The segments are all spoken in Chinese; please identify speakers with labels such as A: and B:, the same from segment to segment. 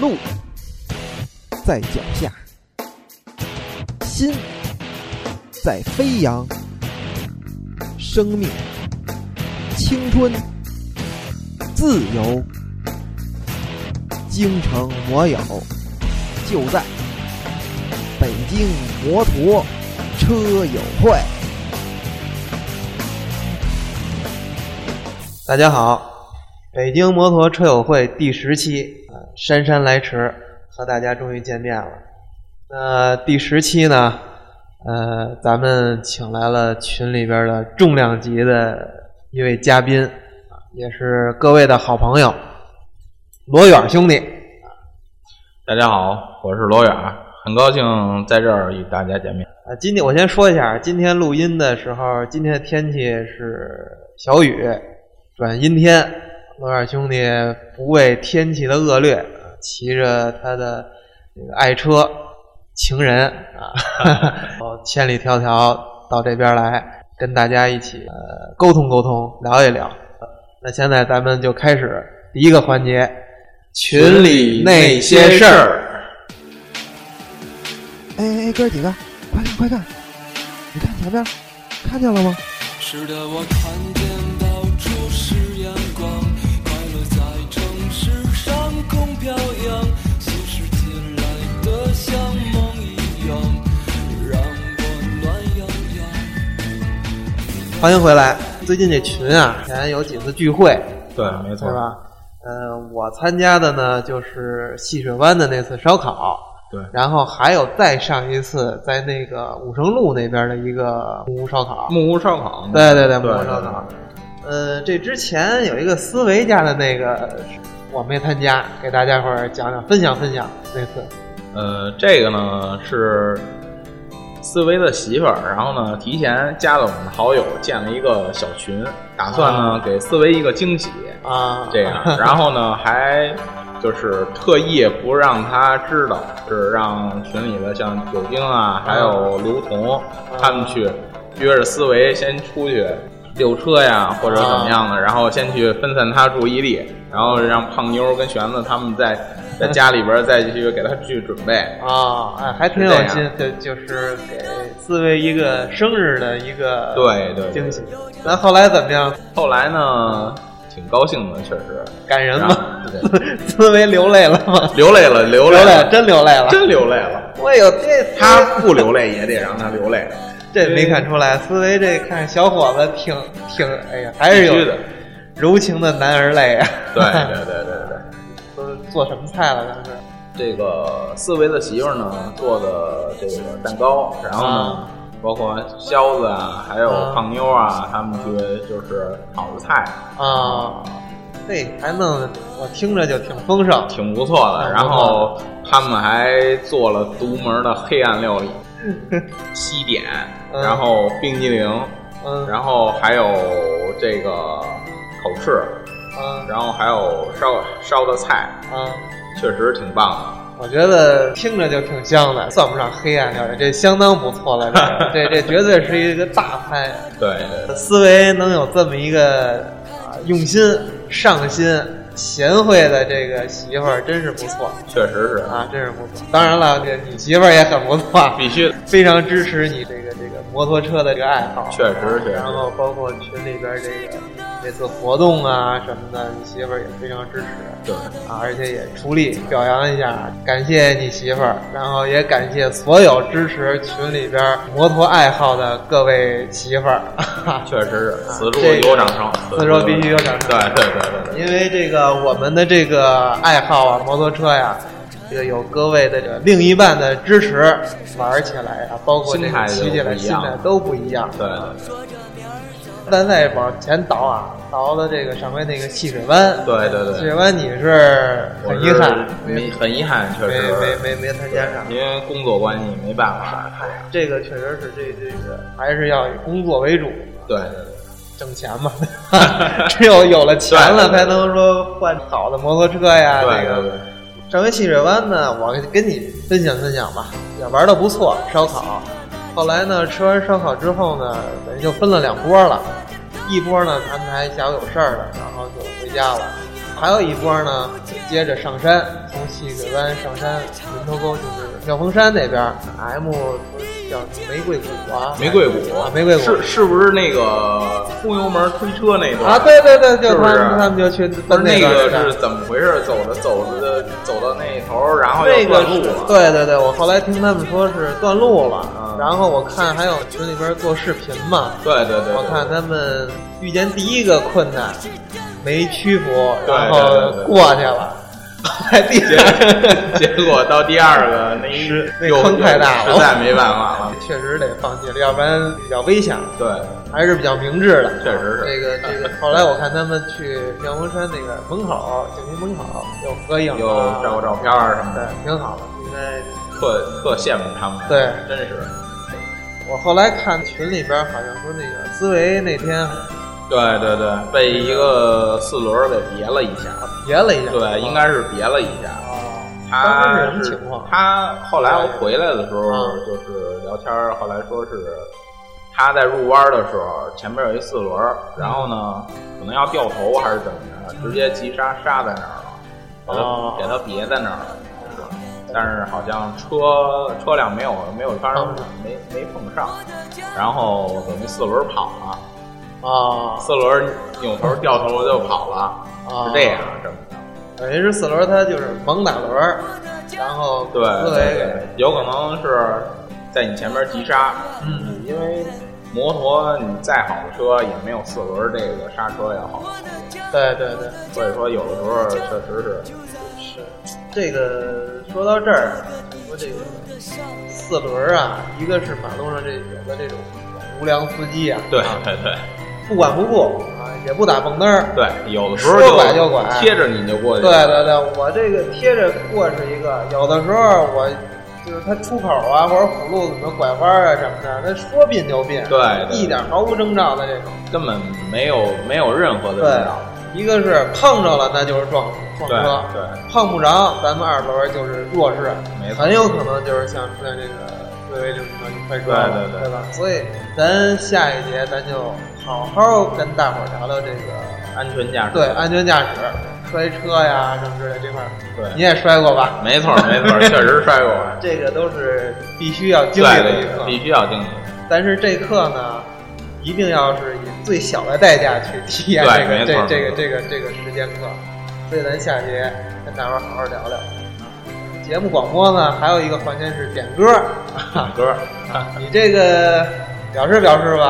A: 路在脚下，心在飞扬，生命、青春、自由，京城摩友就在北京摩托车友会。
B: 大家好，北京摩托车友会第十期，呃姗姗来迟，和大家终于见面了。那第十期呢，呃，咱们请来了群里边的重量级的一位嘉宾，啊也是各位的好朋友罗远兄弟。
C: 大家好，我是罗远，很高兴在这儿与大家见面。
B: 啊，今天我先说一下，今天录音的时候，今天的天气是小雨转阴天。罗二兄弟不畏天气的恶劣，啊骑着他的那个爱车情人啊， 哦，千里迢迢到这边来，跟大家一起呃沟通沟通，聊一聊。呃那现在咱们就开始第一个环节，群里那些事儿。
C: 儿，
A: 哎哎哎，哥几个，快看快看！你看前面，看见了吗？
D: 是的，我看见到处是阳光，快乐在城市上空飘扬，新世界来的像梦一样，让我暖洋洋。
B: 欢迎回来。最近这群啊，以前有几次聚会，
C: 对，没错
B: 对，吧？呃，我参加的呢就是戏水湾的那次烧烤，
C: 对
B: 然后还有再上一次在那个五圣路那边的一个木屋烧烤。
C: 木屋烧烤，
B: 对对对，木
C: 对
B: 屋烧烤。呃，这之前有一个思维家的那个，我没参加，给大家伙儿讲讲，分享分享那次。
C: 呃，这个呢是思维的媳妇儿，然后呢提前加了我们的好友，建了一个小群，打算呢给思维一个惊喜，
B: 啊，
C: 这样，然后呢还。就是特意不让他知道，是让群里的像九丁啊，还有刘同他们去约着思维先出去溜车呀，或者怎么
B: 哦
C: 样的，然后先去分散他注意力，然后让胖妞跟玄子他们在在家里边再去给他去准 备。
B: 啊，哎，还挺有心，就就是给思维一个生日的一个
C: 对对对
B: 惊喜。那后来怎么样？
C: 后来呢，挺高兴的，确实
B: 感人
C: 然后
B: 吗？
C: 对
B: 思维流泪了吗？
C: 流泪了，流
B: 流
C: 泪了，
B: 真流泪了。
C: 真流泪了。
B: 哎呦，这
C: 他不流泪也得让他流泪。
B: 这没看出来，思维这看小伙子挺挺，哎呀，还是
C: 必须的
B: 有柔情的男儿泪啊。
C: 对对对对对，
B: 都做什么菜了？当时
C: 这个思维的媳妇儿呢做的这个蛋糕，然后呢
B: 啊，
C: 包括肖子啊，还有
B: 啊
C: 胖妞啊，他们去就是炒的菜，
B: 啊，这还弄得我听着就挺丰盛。
C: 挺不错的。
B: 嗯
C: 然后他们还做了独门的黑暗料理， 西点，
B: 嗯
C: 然后冰激凌，
B: 嗯，
C: 然后还有这个烤翅，
B: 嗯
C: 然后还有烧烧的菜，
B: 嗯，
C: 确实挺棒
B: 我觉得听着就挺香的，算不上黑暗料理，这相当不错了。 这个这这绝对是一个大啊餐呀。
C: 的。对对对，
B: 思维能有这么一个啊用心、上心、贤惠的这个媳妇儿，真是不错
C: 确实是，
B: 啊，真是不错。当然了，这你媳妇儿也很不 错，
C: 必须的。
B: 非常支持你这个这个摩托车的这个爱好，啊
C: 确实确实
B: 然后包括群里边这个这次活动啊什么的，你媳妇儿也非常支持
C: 对，
B: 啊，而且也出力表扬一下，感谢你媳妇儿，然后也感谢所有支持群里边摩托爱好的各位媳妇儿。
C: 确实是，此处
B: 这个
C: 有掌声，
B: 此处必须有掌声
C: 对对对对对，
B: 因为这个我们的这个爱好啊，摩托车呀、这个有各位的这个另一半的支持，玩起来啊，包括这个骑起来，
C: 心
B: 心
C: 态
B: 态都不一样。
C: 对对
B: 咱再往前倒啊，倒到这个上回那个戏水湾，
C: 对对对
B: 戏水湾你是
C: 我
B: 很
C: 是
B: 遗憾，
C: 没
B: 没
C: 很遗憾，确实
B: 没没没参加上。
C: 因为工作关系没办法，这样
B: 这个确实是这这个还是要以工作 为主，
C: 对对对，
B: 挣钱嘛，只有有了钱了，
C: 对对对
B: 才能说换好的摩托车呀，
C: 对
B: 这
C: 对
B: 个
C: 对。
B: 上回汽水湾呢，我跟你分享分享吧，也玩的不错，烧烤。后来呢，吃完烧烤之后呢，等于就分了两波了。一波呢，安排下午有事儿了，然后就回家了。还有一波呢，接着上山，从细水湾上山，门头沟就是妙峰山那边儿，M 叫玫瑰谷啊，
C: 玫瑰谷
B: 啊，玫瑰谷
C: 是是不是那个公油门推车那段
B: 啊，对对对，就
C: 就是
B: 他们
C: 不是
B: 他们就去
C: 不是
B: 奔那段
C: 个
B: 去了
C: 是怎么回事？走着走着走到那头儿，然后
B: 那
C: 又
B: 个
C: 断哦路
B: 是
C: 了。
B: 对对对，我后来听他们说是断路了啊
C: 嗯，
B: 然后我看还有群里边做视频嘛，
C: 对对对，
B: 我看他们遇见第一个困难没屈服，
C: 对
B: 然
C: 对
B: 后
C: 对对
B: 过去了， 后来第
C: 结
B: 二
C: 结 果到第二个那一
B: 是那
C: 又
B: 坑太大了
C: 实在没办法了。
B: 确实得放弃了，要不然比较危险了。
C: 对，
B: 还是比较明智的，
C: 确实是
B: 这个这个，后来我看他们去妙峰山那个门口，景区门口又合影
C: 又
B: 啊
C: 照个照片儿什么
B: 对
C: 的，，
B: 挺好的。应该
C: 特特羡慕他们。
B: 对
C: 真是。
B: 我后来看群里边好像说那个思维那天
C: 对对对，被一个四轮儿给别了一下。
B: 别了一下，
C: 对，应该是别了一下。
B: 哦，当时
C: 他
B: 是什么情况？啊
C: 他后来我回来的时候
B: 嗯
C: 就是聊天儿，后来说是他在入弯儿的时候，前面有一四轮儿，然后呢可能要掉头还是怎么着，直接急刹刹在那儿了，给
B: 哦
C: 他给他别在那儿了，就是。但是好像车车辆没有没有发生
B: 嗯
C: 没没碰上，然后等于四轮儿跑了，
B: 啊
C: 四轮儿扭头掉头就跑了，
B: 啊，
C: 是这样，这么着。
B: 等于是四轮，他就是猛打轮儿，然后
C: 对
B: 思维
C: 对对
B: 给，
C: 有可能是在你前面急刹，
B: 嗯，
C: 因为摩托你再好的车也没有四轮这个刹车也好，
B: 对对对。
C: 所以说有的时候确实是，
B: 是，这个说到这儿，你说这个四轮儿啊，一个是马路上这有的这种无良司机啊，
C: 对
B: 啊
C: 对对
B: 不管不顾啊，也不打蹦灯儿，
C: 对，有的时候
B: 说拐就拐
C: 贴着你就过去
B: 对对
C: 了，
B: 对，我这个贴着过是一个，有的时候我就是他出口啊，或者辅路怎么拐弯儿啊什么的，他说变就变，
C: 对对对
B: 一点毫无征兆的这种，
C: 根本没有没有任何
B: 对
C: 的必要。，
B: 一个是碰着了那就是撞撞
C: 对
B: 车，
C: 对
B: 碰不着，咱们二轮就是弱势
C: 没，错
B: 很有可能就是像出现这个四维零车一块车了，
C: 对对
B: 对
C: 对
B: 吧？所以咱下一节咱就好好跟大伙儿聊聊这个
C: 安全驾驶，
B: 对安全驾驶、摔车呀什么之类这块儿，
C: 对
B: 你也摔过吧？
C: 没错没 错，确实摔过，
B: 这个都是必须要经历
C: 对
B: 的一
C: 对，
B: 课，
C: 必须 要经历。
B: 但是这课呢，一定要是以最小的代价去体验这
C: 对
B: 个
C: 没
B: 这
C: 错
B: 这
C: 没
B: 个
C: 错
B: 这个这个时间课。所以咱下节跟大伙儿好好聊聊。节目广播呢，还有一个环节是点歌儿，
C: 点歌，
B: 你这个表示表示吧，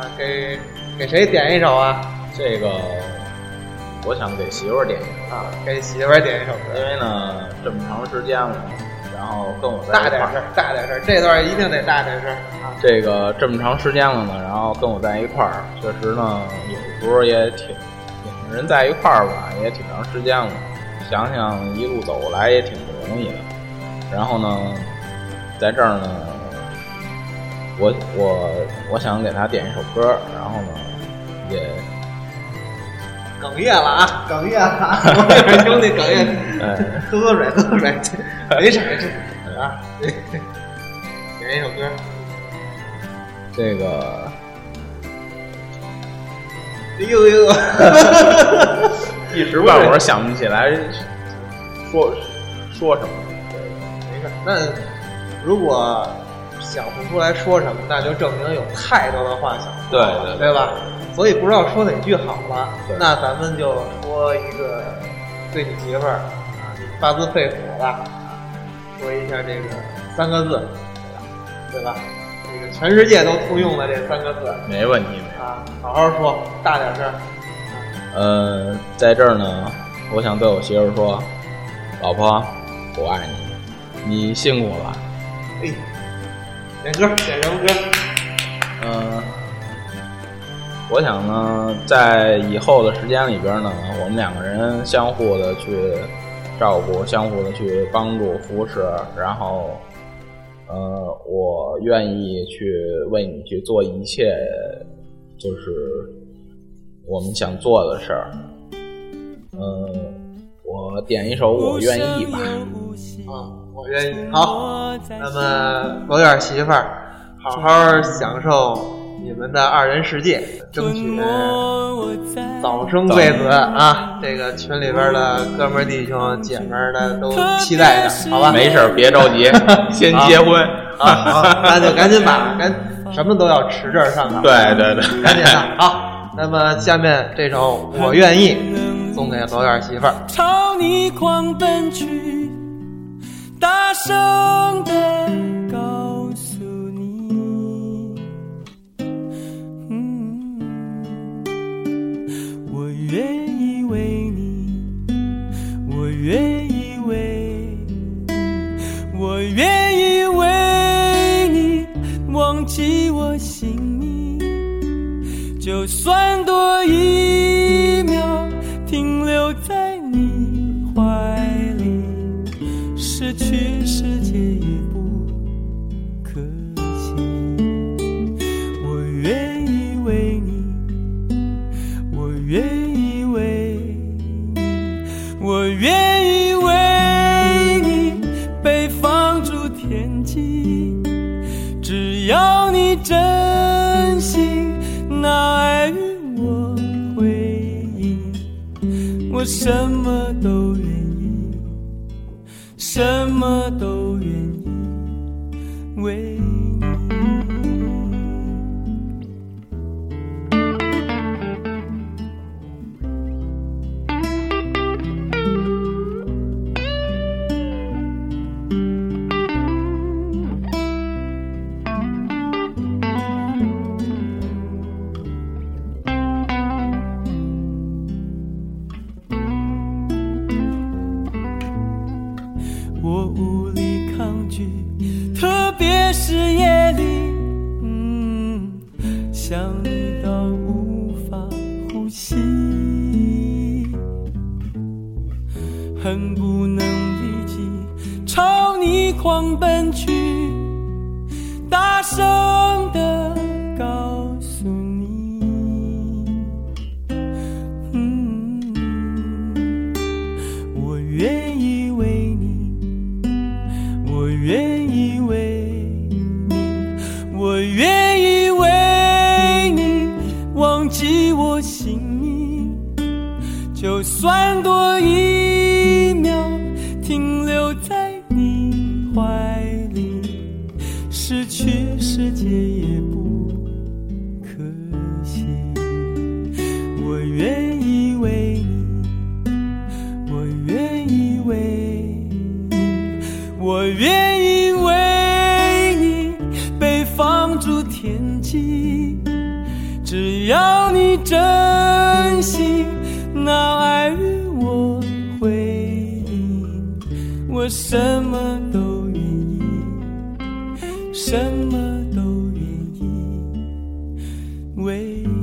B: 啊，给给谁点一首啊？
C: 这个我想给媳妇儿点一个。
B: 啊，给媳妇儿点一首
C: 因
B: 歌。
C: 为呢，这么长时间了，然后跟我在
B: 大
C: 一块
B: 点声
C: 儿，，
B: 大点声，这段一定得大点声啊！
C: 这个这么长时间了呢，然后跟我在一块儿，确实呢，有时候也挺两个人在一块儿吧，也挺长时间了，想想一路走过来也挺不容易的。然后呢，在这儿呢，我我我想给他点一首歌，然后呢，也
B: 哽咽了啊，哽咽了，我这 兄弟哽咽。
C: 哎，
B: 喝喝水，喝喝水，没事没事啊。点一首歌，
C: 这个
B: 哎呦哎呦，
C: 一时半会儿想不起来说说什么。
B: 没事。那如果想不出来说什么，那就证明有太多的话想说了，
C: 对对
B: 对吧？所以不知道说哪句好了
C: 对，
B: 那咱们就说一个对你媳妇儿啊，你发自肺腑的说一下这个三个字，对吧？这个全世界都通用的这三个字
C: 没问题，没问题
B: 啊，好好说，大点声。
C: 呃，在这儿呢，我想对我媳妇儿说，老婆，我爱你，你辛苦了。
B: 哎，点歌，点什么歌？
C: 嗯、我想呢，在以后的时间里边呢，我们两个人相互的去照顾，相互的去帮助、扶持，然后，呃，我愿意去为你去做一切，就是我们想做的事儿。嗯、我点一首《我愿意》吧。嗯
B: 啊，我愿意。好，那么有点媳妇儿，好好享受你你们的二人世界，争取早生
C: 早
B: 贵子啊！这个群里边的哥们儿弟兄姐们儿的都期待着，好吧？
C: 没事儿，别着 急，先结婚。
B: 啊，好，那就赶紧把赶什么都要持证上岗，
C: 对对对，
B: 赶紧的啊！那么下面这首《我愿意》送给罗院媳妇儿。
D: 朝你狂奔去，大声的告诉你，嗯，我愿意为你，我愿意为你，我愿意为你忘记我姓名。就算多一秒停留在你怀里，失去世界也不可惜。我愿意为你，我愿意为你，我愿意为你被放逐天际。只要你真心拿爱与我回应，我什么都愿意，什么都愿意为你。我无力抗拒，特别是夜里，嗯，想你到无法呼吸，恨不能立即朝你狂奔去，大声的告诉你，嗯，我愿意为你。我愿意为你，我愿意为你忘记我姓名，就算多一秒停留在你怀里，失去世界也不可惜。我愿意为你。我愿意为你，我愿意为你被放逐天际。只要你真心拿爱与我回应，我什么都愿意，什么都愿意为你。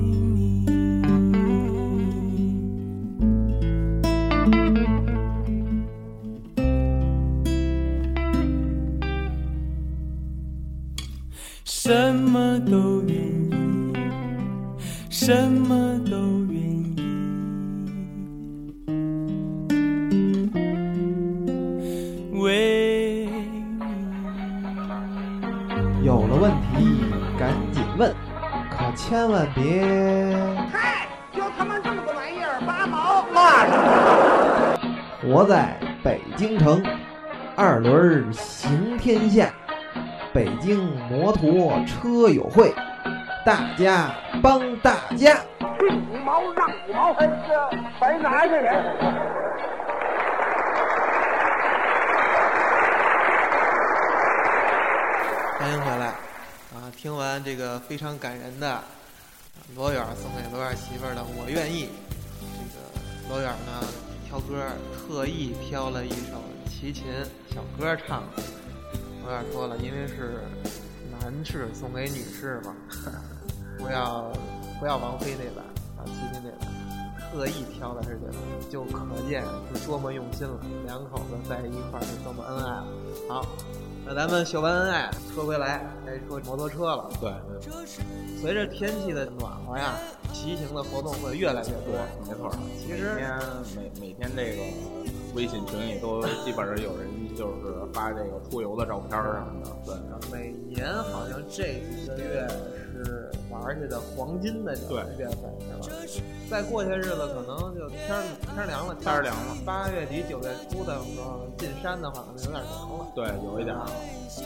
D: 什么都愿意，什么都愿意，为
A: 有了问题赶紧问，可千万别
E: 嗨，就他妈这么个玩意儿，八毛。那是。
A: 活在北京城，二轮儿行天下，北京摩托车友会，大家帮大家。
E: 进五毛让五毛，哎呀，白拿去人。
B: 欢迎回来啊！听完这个非常感人的罗远送给罗远媳妇儿的《我愿意》，这个罗远呢挑歌儿特意挑了一首齐秦小歌儿唱的。罗远说了，因为是男士送给女士嘛， 不要不要王菲那版啊，齐秦那版，特意挑的是这个，就可见是多么用心了。两口子在一块儿是多么恩爱了。好，那咱们秀完恩爱，说回来该说摩托车了。
C: 对，
B: 随着天气的暖和呀，骑行的活动会越来越多。
C: 没错儿。
B: 其
C: 每
B: 实
C: 天每每天这个微信群里都基本上有人就是发这个出游的照片儿什么的，对。
B: 每年好像这几个月是玩去的黄金的两个
C: 对
B: 月份，是吧？再过些日子，可能就天儿天儿凉了，
C: 天儿凉了
B: 八月底九月初的时候进山的话，可能有点凉了。啊
C: 对，有一点儿。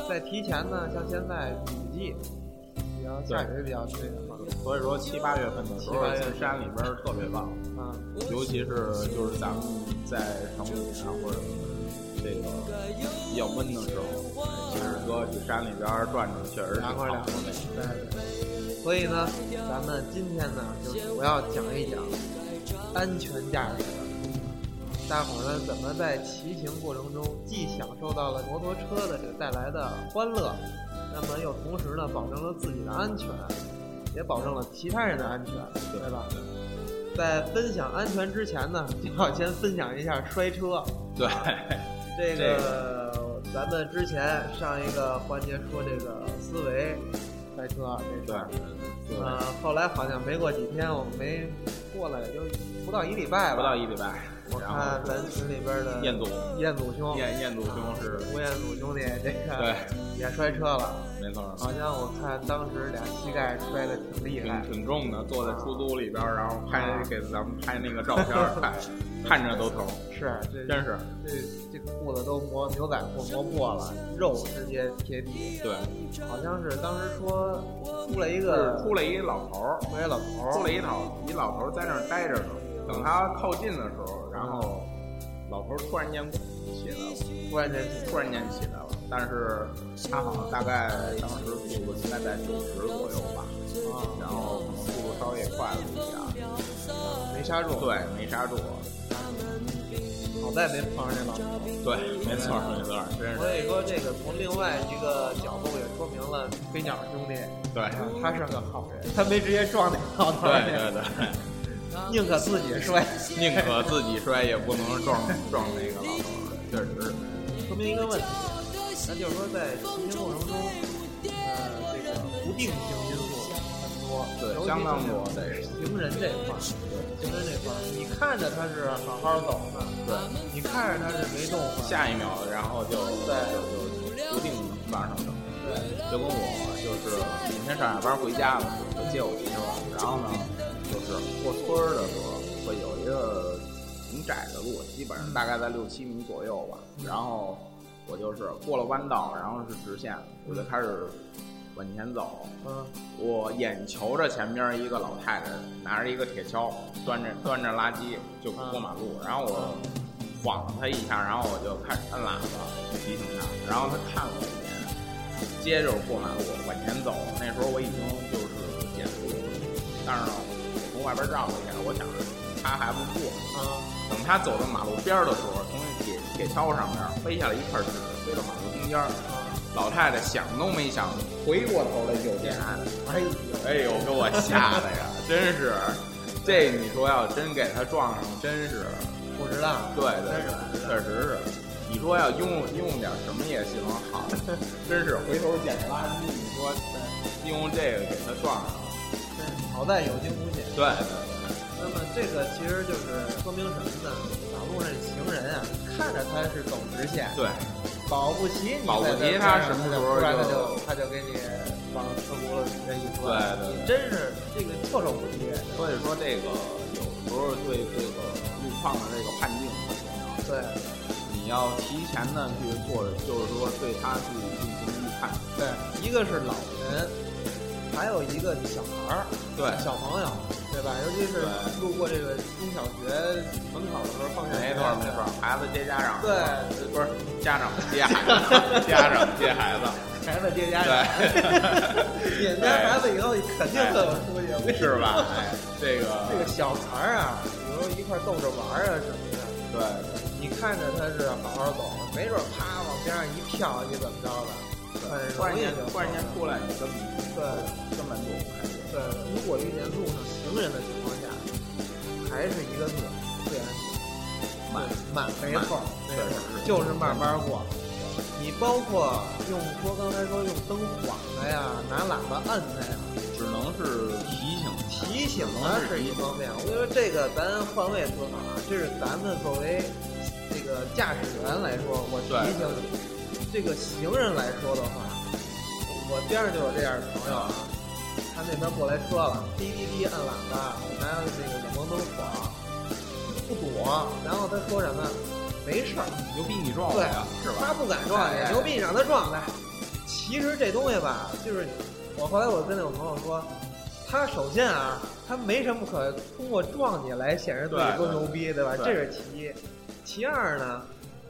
B: 再提前呢，像现在雨季，比较下雨比较那什么
C: 所以说七八月份的
B: 七
C: 时候
B: 八月份
C: 进山里边儿特别棒，
B: 啊，
C: 尤其是就是咱们在城里啊或啊者是这个比较闷的时候，其实哥去山里边儿转转确实是
B: 凉快
C: 好
B: 凉快。对对。嗯所以呢，咱们今天呢，就主要讲一讲安全驾驶。大伙儿呢，怎么在骑行过程中既享受到了摩托车的这个带来的欢乐，那么又同时呢，保证了自己的安全，也保证了其他人的安全，对吧？在分享安全之前呢， 就要先分享一下摔车。
C: 对，
B: 这个咱们之前上一个环节说这个思维摔车这事
C: 对
B: 儿，，
C: 对，
B: 呃，后来好像没过几天，我没过来，也就不到一礼拜吧。
C: 不到一礼拜，
B: 我
C: 然
B: 看
C: 后
B: 咱群里边的
C: 彦祖
B: 彦祖兄、
C: 燕燕祖兄是，
B: 吴彦祖兄弟，这个
C: 对，
B: 也摔车了，
C: 没错儿，
B: 好像我看当时俩膝盖摔的挺厉害啊
C: 挺。挺重的，坐在出租里边儿，然后拍给咱们拍那个照片儿，看看着都疼，
B: 是，这
C: 真是
B: 这这裤子都磨牛仔裤磨破了，肉直接贴地。
C: 对。
B: 好像是当时说出了一个
C: 是出来一老头儿，
B: 出来老头儿
C: 出来一老一老头儿在那儿待着呢，等他靠近的时候，然后老头儿突然间起来了，
B: 突然间
C: 突然间起来了，但是他好像大概当时速度应该在九十左右吧，
B: 哦
C: 然后可能速度稍微也快了一点儿，
B: 嗯没刹住，
C: 对，没刹住，
B: 好在没碰上这老头儿。
C: 对，没错儿没错儿，真是
B: 所以说，这个从另外一个角度也说明了飞鸟兄弟，
C: 对。
B: 哎他是个好人，他没直接撞那老头
C: 嗯对
B: 儿
C: 对对，
B: 去，宁可自己摔，
C: 宁可自己摔，也不能撞撞那个老头儿，确实是。
B: 说明一个问题，那就是说在骑行过程中，呃，这个不定性因素很多，
C: 对
B: 尤其是
C: 相当多
B: 这个行人这一块儿，行人这块儿，你看着他是好好走呢，
C: 对，
B: 你看着他是没动呢，
C: 下一秒，然后就
B: 对
C: 就就不定马上整。
B: 对。
C: 就跟我就是每天上下班回家嘛，就接我骑车，然后呢，就是过村儿的时候会有一个挺窄的路，基本上大概在六七米左右吧。然后我就是过了弯道，然后是直线，我就开始往前走。
B: 嗯
C: 我眼瞧着前边一个老太太拿着一个铁锹，端着端着垃圾就过马路，然后我晃了她一下，然后我就开始摁喇叭提醒她，然后她看了我一眼，接着过马路往前走。那时候我已经就是减速了，但是呢，我从外边绕了一下，我想着她还不过。
B: 啊，
C: 等她走到马路边儿的时候，从那铁铁锹上面飞下来一块纸，飞到马路中间儿。老太太想都没想，嗯回过头来就点。
B: 哎呦，
C: 哎呦，给我吓的呀！真是，这你说要真给他撞上，真是，
B: 不知道，
C: 对对对，确实是。你说要用用点什么也行，好， 真是回头捡垃圾，你说利用这个给他撞上，
B: 好在有惊无险。
C: 对对
B: 那么这个其实就是说明什么呢？马路上行人啊，看着他是走直线，
C: 对，
B: 保不齐你
C: 保不齐
B: 在这儿
C: 他什么时候
B: 突然他
C: 就
B: 就他就给你往车轱辘底下一
C: 对
B: 钻，
C: 对对
B: 你。真是这个措手不及。
C: 所以说这个有时候对这个路况的这个判定很重要。
B: 对
C: 你要提前的去做，就是说对它去进行预判。
B: 对，一个是老人，还有一个小孩儿，
C: 对
B: 小朋友，对吧？尤其是
C: 对
B: 路过这个中小学门口的时候，放下
C: 没错没错，孩子接家长。
B: 对，
C: 不是家长接孩子，家长接孩子，
B: 孩子接家长，
C: 对
B: 你们家孩子以后肯定会有出息，我跟你
C: 是
B: 说
C: 吧？哎，这个
B: 这个小孩儿啊，比如一块儿逗着玩儿啊什么的，
C: 对对
B: 你看着他是好好走，没准儿啪往边上一跳，你怎么着了？很
C: 对，突然
B: 容易
C: 间
B: 就
C: 突然间出来，你根
B: 对
C: 本根本就不开心。
B: 对，如果遇见路上行人的情况下，还是一个字，对，慢慢，没错儿，
C: 确
B: 没
C: 实
B: 错儿
C: 是
B: 就是慢慢过。你包括用说刚才说用灯晃他呀，拿喇叭摁他呀，
C: 只能是提醒
B: 提醒他是一方面，我跟你说这个咱换位思考啊，这是咱们作为这个驾驶员来说，我提醒你，这个行人来说的话，我边上就有这样的朋友啊，看那边过来车了，滴滴滴按喇叭，拿那个远光灯晃，不躲，然后他说什么？没事儿，
C: 牛逼你撞我
B: 对啊
C: 呀，是吧？
B: 他不敢撞
C: 哎
B: 你，牛逼你让他撞来。其实这东西吧，就是我后来我跟那我朋友说，他首先啊，他没什么可通过撞你来显示自己
C: 对
B: 多牛逼，对吧？
C: 对
B: 这是其一。其二呢，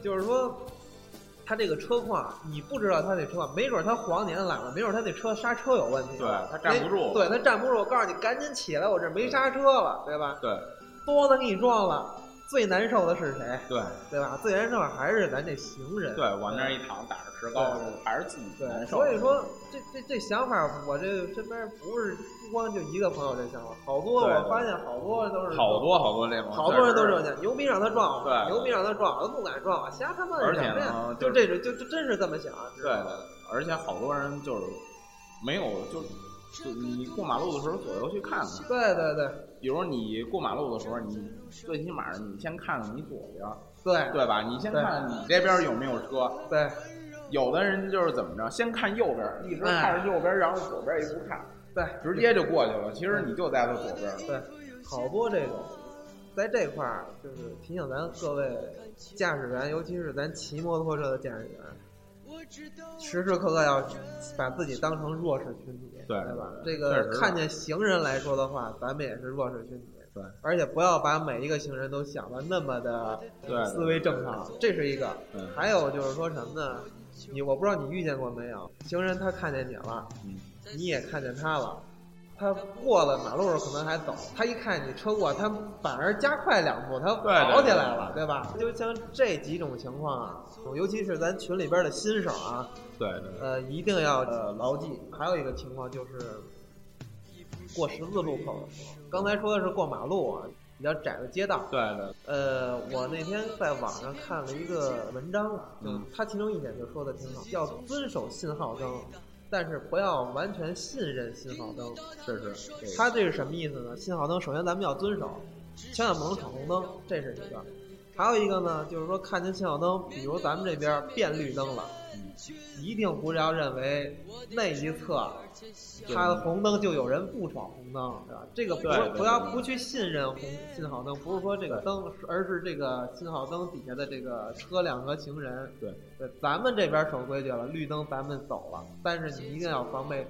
B: 就是说他这个车况，你不知道他这车况，没准他晃你按喇叭，没准他那车刹车有问题，
C: 对他站不住
B: 没对他站不住。我告诉你，赶紧起来，我这没刹车了，对吧？
C: 对
B: 咣的给你撞了，最难受的是谁？
C: 对
B: 对吧？最难受还是咱这行人，
C: 对，往那儿一躺，打着石膏
B: 对，
C: 还是自己难
B: 对，
C: 受。
B: 所以说这这这想法，我这身边不是不光就一个朋友这想法，好多
C: 对对
B: 我发现好多人都是
C: 好多好多这种，
B: 好多人都是
C: 确
B: 这
C: 实
B: 想，牛逼让他撞我，
C: 对
B: 牛逼让他撞我，都不敢撞我，瞎他妈
C: 而
B: 什
C: 且
B: 么呀
C: 呢？
B: 就
C: 就是
B: 这种就就真是这么想，啊知
C: 对
B: 道
C: 对
B: 吗，
C: 对而且好多人就是没有，就就你过马路的时候左右去看看，
B: 对对对
C: 比如你过马路的时候，你最起码你先看看你左边，
B: 对
C: 对吧？你先看看你这边有没有车。
B: 对
C: 有的人就是怎么着，先看右边，一直
B: 哎
C: 看着右边，然后左边也不看，
B: 对，
C: 直接就过去了。
B: 嗯
C: 其实你就在他左边。
B: 对，好多这种，在这块儿就是提醒咱各位驾驶员，尤其是咱骑摩托车的驾驶员，时时刻刻要把自己当成弱势群体，对
C: 对
B: 吧？这
C: 对确
B: 个
C: 实是
B: 看见行人来说的话，咱们也是弱势群体。
C: 对，
B: 而且不要把每一个行人都想的那么的
C: 对
B: 思维正常，这是一个
C: 嗯。
B: 还有就是说什么呢？你我不知道你遇见过没有，行人他看见你了，
C: 嗯
B: 你也看见他了，他过了马路的时候可能还走，他一看你车过，他反而加快两步，他
C: 对对
B: 跑起来了，对吧？就像这几种情况啊，尤其是咱群里边的新手啊，
C: 对对
B: 呃，一定要呃牢记。还有一个情况就是，过十字路口的时候，刚才说的是过马路啊，比较窄的街道，
C: 对对，
B: 呃，我那天在网上看了一个文章，就
C: 嗯
B: 他其中一点就说的挺好，要遵守信号灯，但是不要完全信任信号灯。
C: 这是这个
B: 他这是什么意思呢？信号灯首先咱们要遵守，千万不能闯红灯，这是一个。还有一个呢，就是说看见信号灯，比如咱们这边变绿灯了，一定不要认为那一侧它的红灯就有人不闯红灯，对吧？这个不
C: 对对对
B: 不要不去信任红信号灯，不是说这个灯，而是这个信号灯底下的这个车辆和行人。
C: 对
B: 对，咱们这边守规矩了，绿灯咱们走了，但是你一定要防备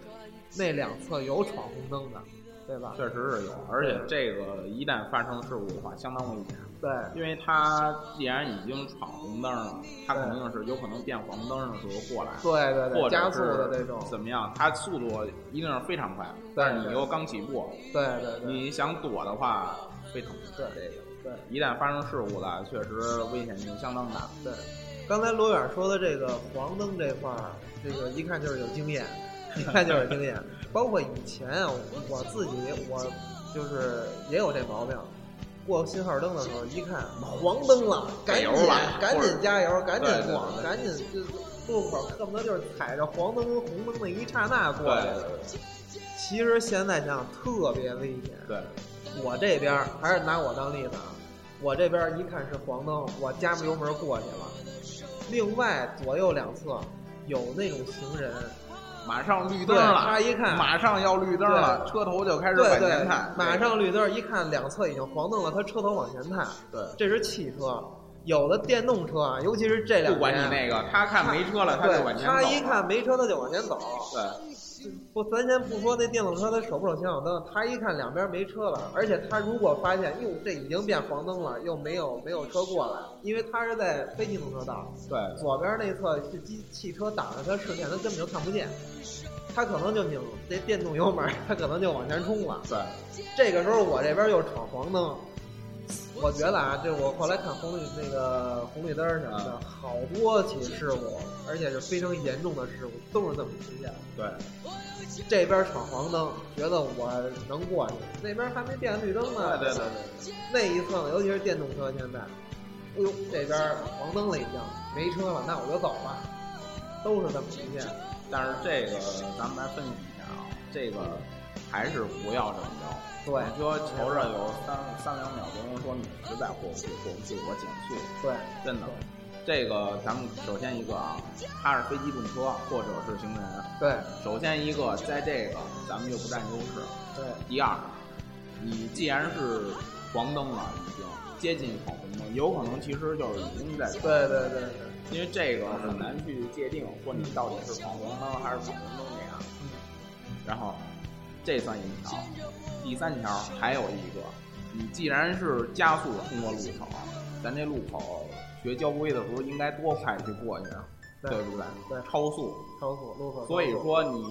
B: 那两侧有闯红灯的，对吧？
C: 确实是有，而且这个一旦发生事故的话，相当危险。
B: 对
C: 因为他既然已经闯红灯了，他肯定是有可能变黄灯的时候过来，
B: 对对
C: 或
B: 对，
C: 者
B: 加
C: 是
B: 速的这种，
C: 怎么样？他速度一定是非常快，但是你又刚起步，
B: 对对对，
C: 你想躲的话非常
B: 对
C: 这个
B: 对
C: 一旦发生事故了，确实危险性相当大。
B: 对。刚才罗远说的这个黄灯这块儿，这个一看就是有经验，一看就是有经验。包括以前啊，我自己我就是也有这毛病，过信号灯的时候一看黄灯了，赶紧
C: 加油吧
B: 赶紧加油，赶紧
C: 对对
B: 过，
C: 对
B: 赶紧就路口恨不得就是踩着黄灯跟红灯那一刹那过去的。其实现在想想特别危险，
C: 对对
B: 我这边儿还是拿我当例子啊，我这边儿一看是黄灯，我加油门过去了。另外左右两侧有那种行人，
C: 马上绿灯
B: 对
C: 了，
B: 他一看
C: 马上要绿灯了，
B: 对
C: 车头就开始
B: 对
C: 往
B: 对
C: 前看，，
B: 马上绿灯，一看两侧已经黄灯了，他车头往前探，
C: 对。
B: 这是汽车。有的电动车啊，尤其是这两
C: 不管你
B: 年
C: 那个，他看没车了，他
B: 对
C: 就往前走。
B: 他一看，没车，他就往前走。
C: 对
B: 不，咱先不说那电动车它守不守信号灯，他一看两边没车了，而且他如果发现，哟，这已经变黄灯了，又没有没有车过来，因为他是在非机动车道，
C: 对
B: 左边那侧是机汽车挡着他视线，他根本就看不见，他可能就拧这电动油门，他可能就往前冲了。
C: 对，
B: 这个时候我这边又闯黄灯，我觉得啊，这我后来看红绿那个红绿灯什么的，好多起事故，而且是非常严重的事故，都是这么出现的。
C: 对
B: 这边闯黄灯，觉得我能过去，那边还没变绿灯呢。
C: 对对对
B: 那一侧呢，尤其是电动车现在，哎呦，这边黄灯了已经，没车了，那我就走了，都是这么出现的。
C: 但是这个咱们来分析一下啊，这个还是不要这么着。
B: 对
C: 你说求着有三三两秒钟说你实在过不去，过不去我减速，
B: 对
C: 真的。这个咱们首先一个啊，他是非机动车或者是行人。
B: 对
C: 首先一个，在这个咱们就不占优势。
B: 对，
C: 第二，你既然是黄灯了，已经接近闯红灯，有可能其实就是已经在
B: 对对对对，
C: 因为这个很难去界定，说你到底是闯红灯还是闯红灯这样。然后，这算一条。第三条还有一个，你既然是加速通过路口，咱这路口学交规的时候应该多快去过去啊，
B: 对
C: 对不对？
B: 对
C: 超速。
B: 超速路口，
C: 所以说你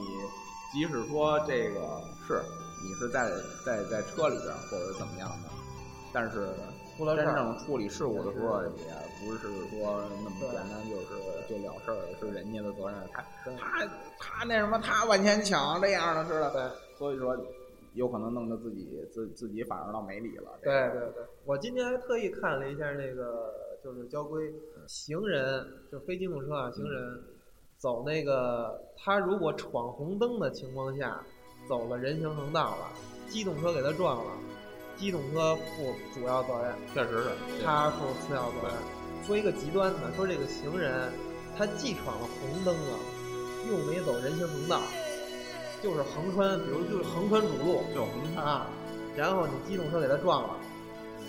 C: 即使说这个是你是在在在车里边或者怎么样的，但是
B: 出了事
C: 真
B: 儿
C: 正处理事故的时候也不是说那么简单，就是就了事儿，是人家的责任。他他他那什么，他往前抢这样的似的，对，所以说有可能弄得自己自自己反而倒没理了。这
B: 对对对，我今天还特意看了一下那个就是交规，行人就非机动车啊，行人走那个他如果闯红灯的情况下走了人行横道了，机动车给他撞了，机动车负主要责任，
C: 确实是
B: 他负次要责任。说一个极端的，说这个行人他既闯了红灯了，又没走人行横道，就是横穿，比如就是横穿主路，
C: 就红叉，
B: 啊，然后你机动车给他撞了，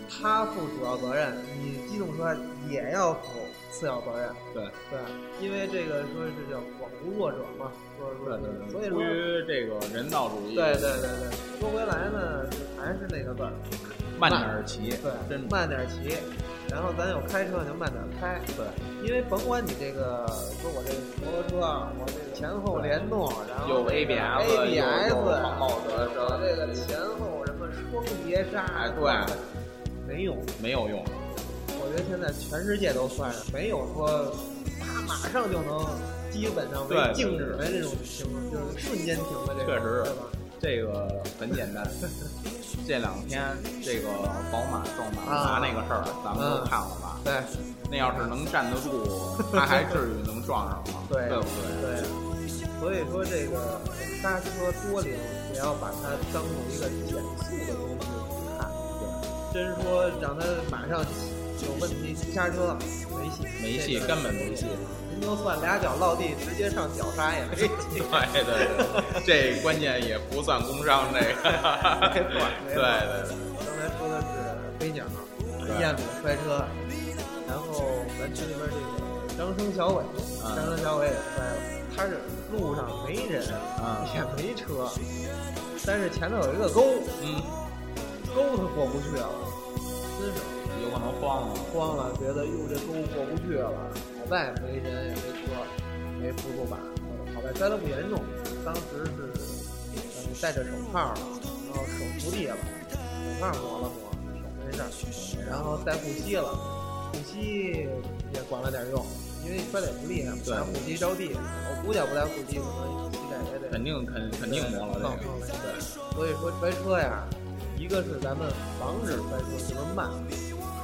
B: 他负主要责任，你机动车也要负次要责任。
C: 对
B: 对，因为这个说是叫广无弱者嘛，说说
C: 对对对，
B: 所以
C: 出
B: 说，
C: 于这个人道主义，
B: 对对对对，说回来呢，还是那个字儿，
C: 慢点儿骑，
B: 对
C: 真，
B: 慢点骑，然后咱有开车就慢点开，
C: 对。
B: 因为甭管你这个说我这摩托车啊，我这个前后联动，然后
C: 有 ABS，有
B: ABS，
C: 有防爆的什
B: 我
C: 么
B: 这个前后什么双碟刹，
C: 哎对，
B: 没用。
C: 没有用，
B: 我觉得现在全世界都算上，没有说他马上就能基本上
C: 对
B: 被静止的这种停，就是瞬间停的这种，对
C: 确实是
B: 吧？
C: 这个很简单。这两天这个宝马撞马达
B: 啊
C: 那个事儿，咱们都看了吧？
B: 对
C: 那要是能站得住，他还至于能撞上吗？
B: 对
C: 不对？
B: 对，所以说这个刹车多灵，不要把它当做一个减速的东西去看。对，真说让它马上有问题刹车没戏，
C: 没戏，
B: 这个
C: 根本没戏。
B: 您就算俩脚落地直接上脚刹也没戏。
C: 对对对，这关键也不算工伤，这个。
B: 没错没错
C: 对对对，
B: 刚才说的是飞鸟、燕子摔车，然后咱群里边这个张生小伟，
C: 啊
B: 张生小伟也摔了，他是路上没人，
C: 啊
B: 也没车，但是前头有一个沟，
C: 嗯，
B: 沟他过不去了，真啊是
C: 有可能慌了。
B: 慌了，觉得哟这沟过不去了，好在啊没人也没车，没辅助把，好在摔得不严重，当时是嗯戴着手套了，然后手扶地了，手套磨了磨，手没事儿，然后戴护膝了，护膝也管了点用，因为摔得也不厉害，
C: 对
B: 戴护膝着地，我估计要不戴护膝可能膝盖也得
C: 肯定肯肯定磨了
B: 嗯嗯
C: 这个，对，
B: 所以说摔车呀，一个是咱们防止摔车就是慢，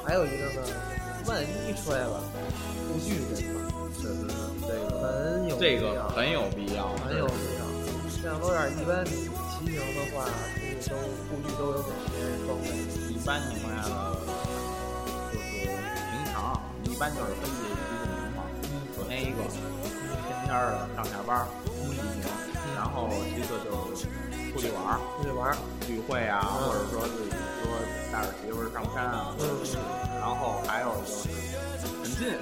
B: 还有一个呢，万一摔了，护具这块儿
C: 是是
B: 很
C: 是，这个
B: 有必
C: 这
B: 要
C: 个很有必要，
B: 很有必要。像罗点一般你骑行的话，这个都护具都有哪些装备？
C: 一般情况下呢，就是平常一般就是分析几种情况。首先一个天天儿的上下班儿通勤，然后其次就是出去玩儿、
B: 出去玩儿，
C: 聚会啊，
B: 嗯
C: 或者说自己说带着媳妇儿上山啊，然后还有就是很近，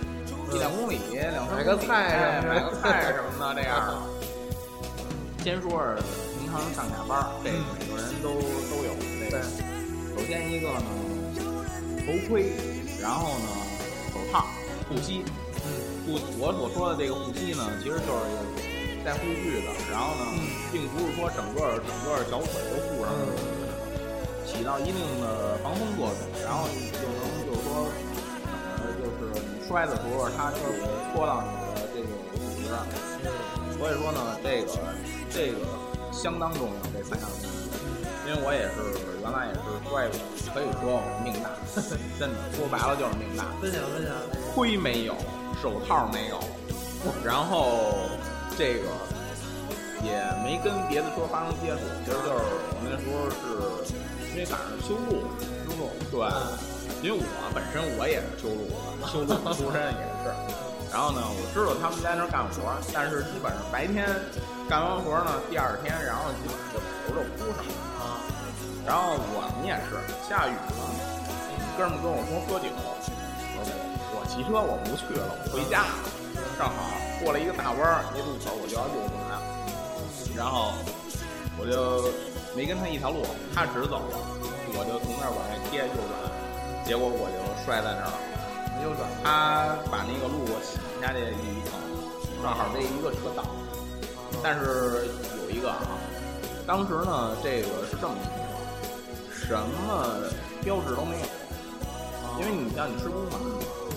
C: 一两公里、两三
B: 嗯买个
C: 公里
B: 菜什么的
C: 哎买个菜什么的这样 的。嗯先说是平常上下班儿，
B: 嗯
C: 这每个人都都有
B: 对
C: 这个。，首先一个呢，头盔，然后呢，手套、护膝。护我所说的这个护膝呢，其实就是带护具的，然后呢，并不是说整个整个小腿都护上了，起到一定的防风作用，然后你就能就是说，呃，就是你摔的时候，它就戳到你的这个骨质，所以说呢，这个这个相当重要，这三项东西。因为我也是原来也是摔过，可以说我命大， 真的说白了就是命大。
B: 分享分享那个
C: 盔没有，手套没有，然后这个也没跟别的车发生接触，其实就是我那时候是因为赶上修路，修路对，因为我本身我也是修路的，修路出身也是。然后呢，我知道他们在那儿干活，但是基本上白天干完活呢，第二天然后基本上就愁着哭上了啊。然后我们也是下雨了，哥们跟我说喝酒，我说我骑车我不去了，我回家了。正好过了一个大弯儿，那路口我就要右转，然后我就没跟他一条路，他直走了，我就从那儿往外贴右转，结果我就摔在那儿了。
B: 右转，
C: 他把那个路洗下去一层，正好被一个车挡。但是有一个啊，当时呢，这个是这么一情况，什么标志都没有，因为你像你施工嘛，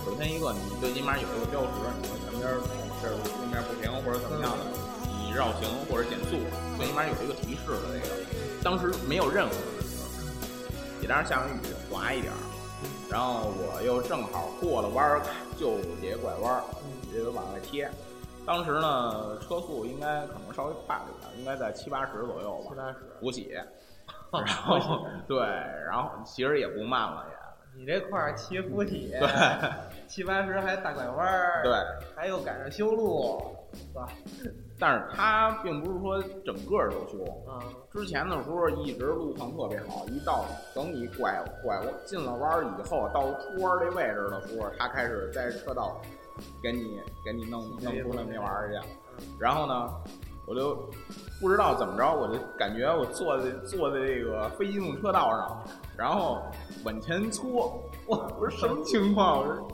C: 首先一个你最起码有一个标识，你说前边儿这儿那边儿不行或者怎么样的，你绕行或者减速，最起码有一个提示的那个。当时没有任何的提示，也当时下完雨滑一点儿，然后我又正好过了弯儿，就得拐弯儿，也就往外贴。当时呢，车速应该可能稍微快了一点，应该在七八十左右吧，
B: 七八十，
C: 补起。然后对，然后其实也不慢了也，
B: 你这块儿切补体，
C: 嗯对
B: 七八十还大拐弯儿，
C: 对，
B: 还又赶上修路，是吧？
C: 但是它并不是说整个都修，
B: 啊，
C: 之前的时候一直路况特别好，一到等你拐拐弯进了弯儿以后，到出弯儿这位置的时候，他开始在车道给你给你弄弄出来那玩意儿去。然后呢，我就不知道怎么着，我就感觉我坐在坐在这个非机动车道上，然后往前搓，我我说什么情况？我说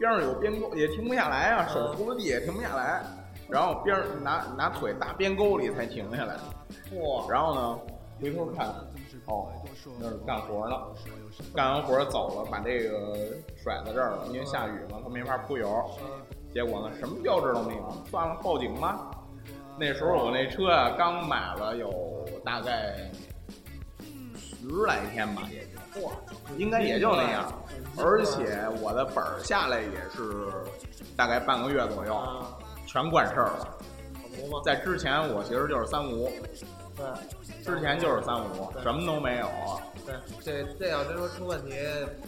C: 边上有边沟也停不下来啊，手扶着地也停不下来，然后边上拿拿腿打边沟里才停下来。
B: 哇，
C: 然后呢，回头看，哦，那儿干活呢，干完活走了，把这个甩在这儿了，因为下雨嘛，他没法铺油。结果呢，什么标志都没有，算了，报警吧。那时候我那车啊，刚买了有大概十来天吧，也就哇，应该也就那样。而且我的本儿下来也是大概半个月左
B: 啊
C: 右，
B: 嗯
C: 全管事儿了。
B: 服吗？
C: 在之前我其实就是三无，
B: 对
C: 之前就是三五，什么都没有。
B: 对，这这要真说出问题，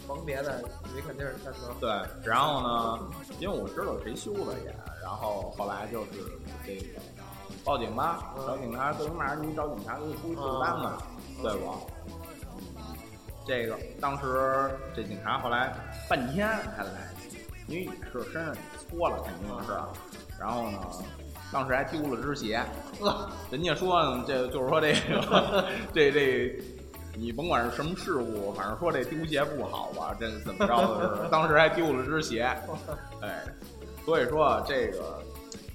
B: 甭别的，你肯定是开车。
C: 对，然后呢，因为我知道谁修的也，然后后来就是这个报警吧，
B: 嗯
C: 找警察，最起码你找警察给你出一处单嘛，对不？这个当时这警察后来半天才来，因为也是身上搓了，肯定是。然后呢，当时还丢了只鞋，人家说呢这就是说这个 这这，你甭管是什么事故，反正说这丢鞋不好吧，这怎么着的 是？当时还丢了只鞋，哎，所以说啊这个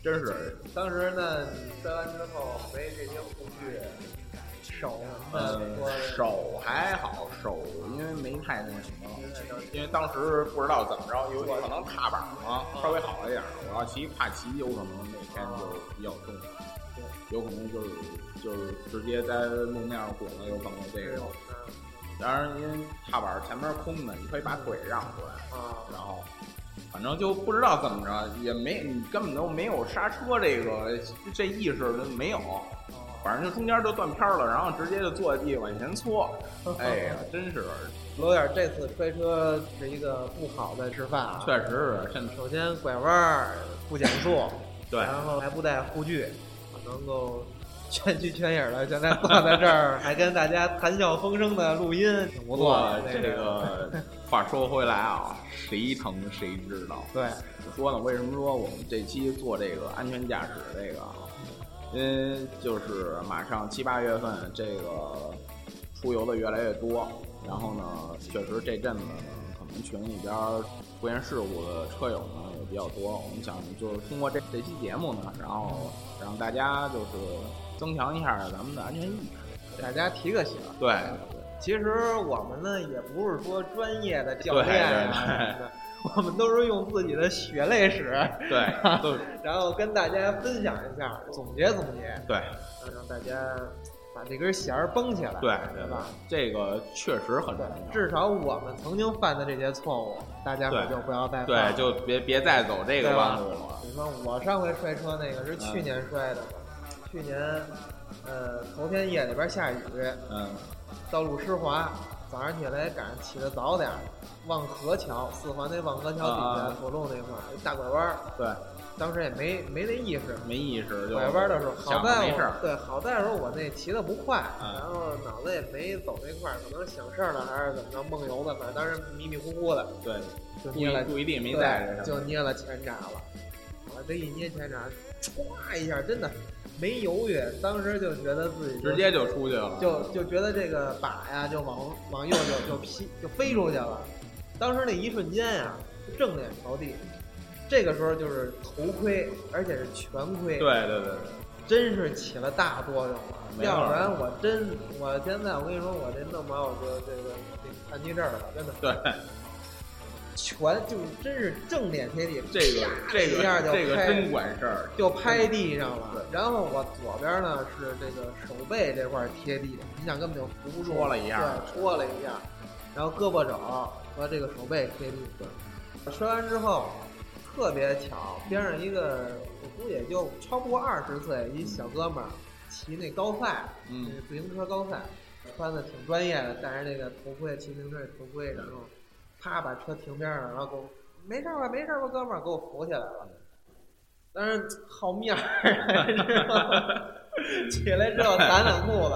C: 真是
B: 当时呢，你摔完之后没这些护具，手什么
C: 呃
B: 的，说
C: 手还好，手因为没太那什么。
B: 因为当时
C: 因为当时不知道怎么着，有可能踏板嘛，稍微好一点儿。我要骑跨骑，有可能那天就比较重，有可能就是就是直接在路面上滚了，有可能这
B: 是
C: 个
B: 有。
C: 当然，因为踏板前面空的，你可以把腿让出来，
B: 啊，
C: 然后反正就不知道怎么着，也没你根本都没有刹车这个这意识都没有，反正就中间就断片儿了，然后直接就坐在地往 前搓，哎呀，真是
B: 罗远这次摔车是一个不好的示范啊。
C: 确实是，真的
B: 首先拐弯儿不减速，
C: 对
B: 然后还不带护具，能够 全虚全影的现在坐在这儿，还跟大家谈笑风生的录音，挺不
C: 不
B: 错
C: 过
B: 的。
C: 这
B: 这
C: 个话说回来啊，谁疼谁知道。
B: 对，
C: 我说呢，为什么说我们这期做这个安全驾驶这个啊？嗯，就是马上七八月份这个出游的越来越多，然后呢，确实这阵子呢，可能群里边儿出现事故的车友呢也比较多。我们想就是通过这这期节目呢，然后让大家就是增强一下咱们的安全意识。
B: 大家提个醒。
C: 对，
B: 其实我们呢也不是说专业的教练啊
C: 对对对
B: 什么的，我们都是用自己的血泪史，
C: 对， 都是
B: 然后跟大家分享一下，总结总结，
C: 对。
B: 然后让大家把这根弦儿绷起来，
C: 对
B: 对
C: 吧
B: 吧？？
C: 这个确实很重
B: 对
C: 要。
B: 至少我们曾经犯的这些错误，大家可就
C: 对
B: 不要再犯了。
C: 对，就别别再走这个弯路了。
B: 你说我上回摔车那个是
C: 嗯
B: 去年摔的，去年呃头天夜里边下雨，
C: 嗯，
B: 道路湿滑，走早上起来赶上起得早点儿，望河桥四环那望河桥底下
C: 啊
B: 左路那块儿有大拐弯儿，
C: 对，
B: 当时也没没那意识，
C: 没意识就
B: 拐弯的时候，好
C: 想
B: 在
C: 着
B: 我
C: 没事儿，
B: 对，好在时候我那骑的不快，
C: 嗯
B: 然后脑子也没走那块儿，可能想事儿了还是怎么着梦游的，反正当时迷迷糊糊的
C: 对，
B: 就
C: 注
B: 捏了
C: 意，注意力没在
B: 对
C: 这上
B: 就捏了前闸了。我这一捏前闸，唰一下，真的没犹豫，当时就觉得自己就
C: 直接就出去了，
B: 就就觉得这个靶呀就往往右就就劈就飞出去了。当时那一瞬间呀、正脸朝地，这个时候就是头盔，而且是全盔，
C: 对对对，
B: 真是起了大作用了。
C: 没错
B: 要不然我真，我现在我跟你说，我这弄不好我就这个这个残疾证了，真的
C: 对，
B: 全就是真是正脸贴地，
C: 这个
B: 啪
C: 这
B: 一下就
C: 个这个
B: 拍
C: 真管事儿，
B: 就拍地上了。然后我左边呢是这个手背这块儿贴地，你想根本就扶不住，
C: 戳了一下
B: 对，戳了一下，然后胳膊肘和这个手背贴地。我摔完之后，特别巧，边上一个我估计也就超不过二十岁一小哥们儿骑那高赛，
C: 嗯
B: 那自行车高赛，穿的挺专业的，戴着那个头盔，骑自行车的头盔，然后啪把车停边上，然后给我没事儿吧，没事儿吧，哥们儿给我扶起来了。但是好面儿， 你知道吗？起来之后掸掸裤子，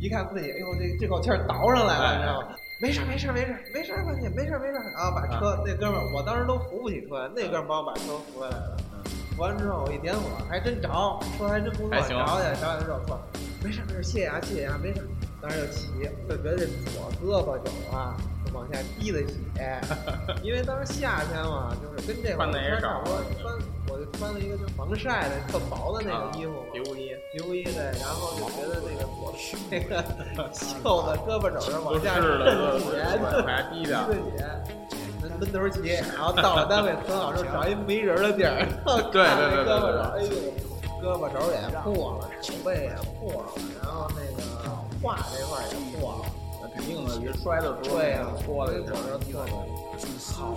B: 一看自己，哎呦，这这口气儿倒上来
C: 哎
B: 了，你知道吗？没事儿，没事儿，没事儿，没事儿，关键没事儿，没事儿。然后把
C: 啊
B: 车，那哥们儿，我当时都扶不起车，那哥们儿帮我把车扶下来了。扶完之后，我一点火，还真着，说还真不错，
C: 嗯还
B: 着起
C: 行
B: 来，着起来之后说，没事儿，没事儿，谢谢啊，谢谢啊，没事儿。当时就骑，就觉得这左胳膊肘啊，就往下滴的 血，因为当时夏天嘛，就是跟这会儿
C: 穿的也
B: 天差
C: 少
B: 不多，穿我就穿了一个就是防晒的特薄的那个衣服嘛，
C: 啊皮肤衣
B: 皮肤衣对，E 然后就觉得那个左那个袖子胳膊肘上
C: 不
B: 往
C: 是
B: 下
C: 的，
B: 渗
C: 就是
B: 血，
C: 往下低
B: 对
C: 的，
B: 闷闷头骑，然后到了单位很好，就找一没人的地 儿，
C: 对
B: 看那
C: 对对
B: 胳膊肘，哎呦，胳膊
C: 对
B: 肘也破了，手背也破了，然后那个胯这块儿也破了。
C: 那肯定的，你摔的时候
B: 对呀、
C: 戳了一下
B: 左，手错了。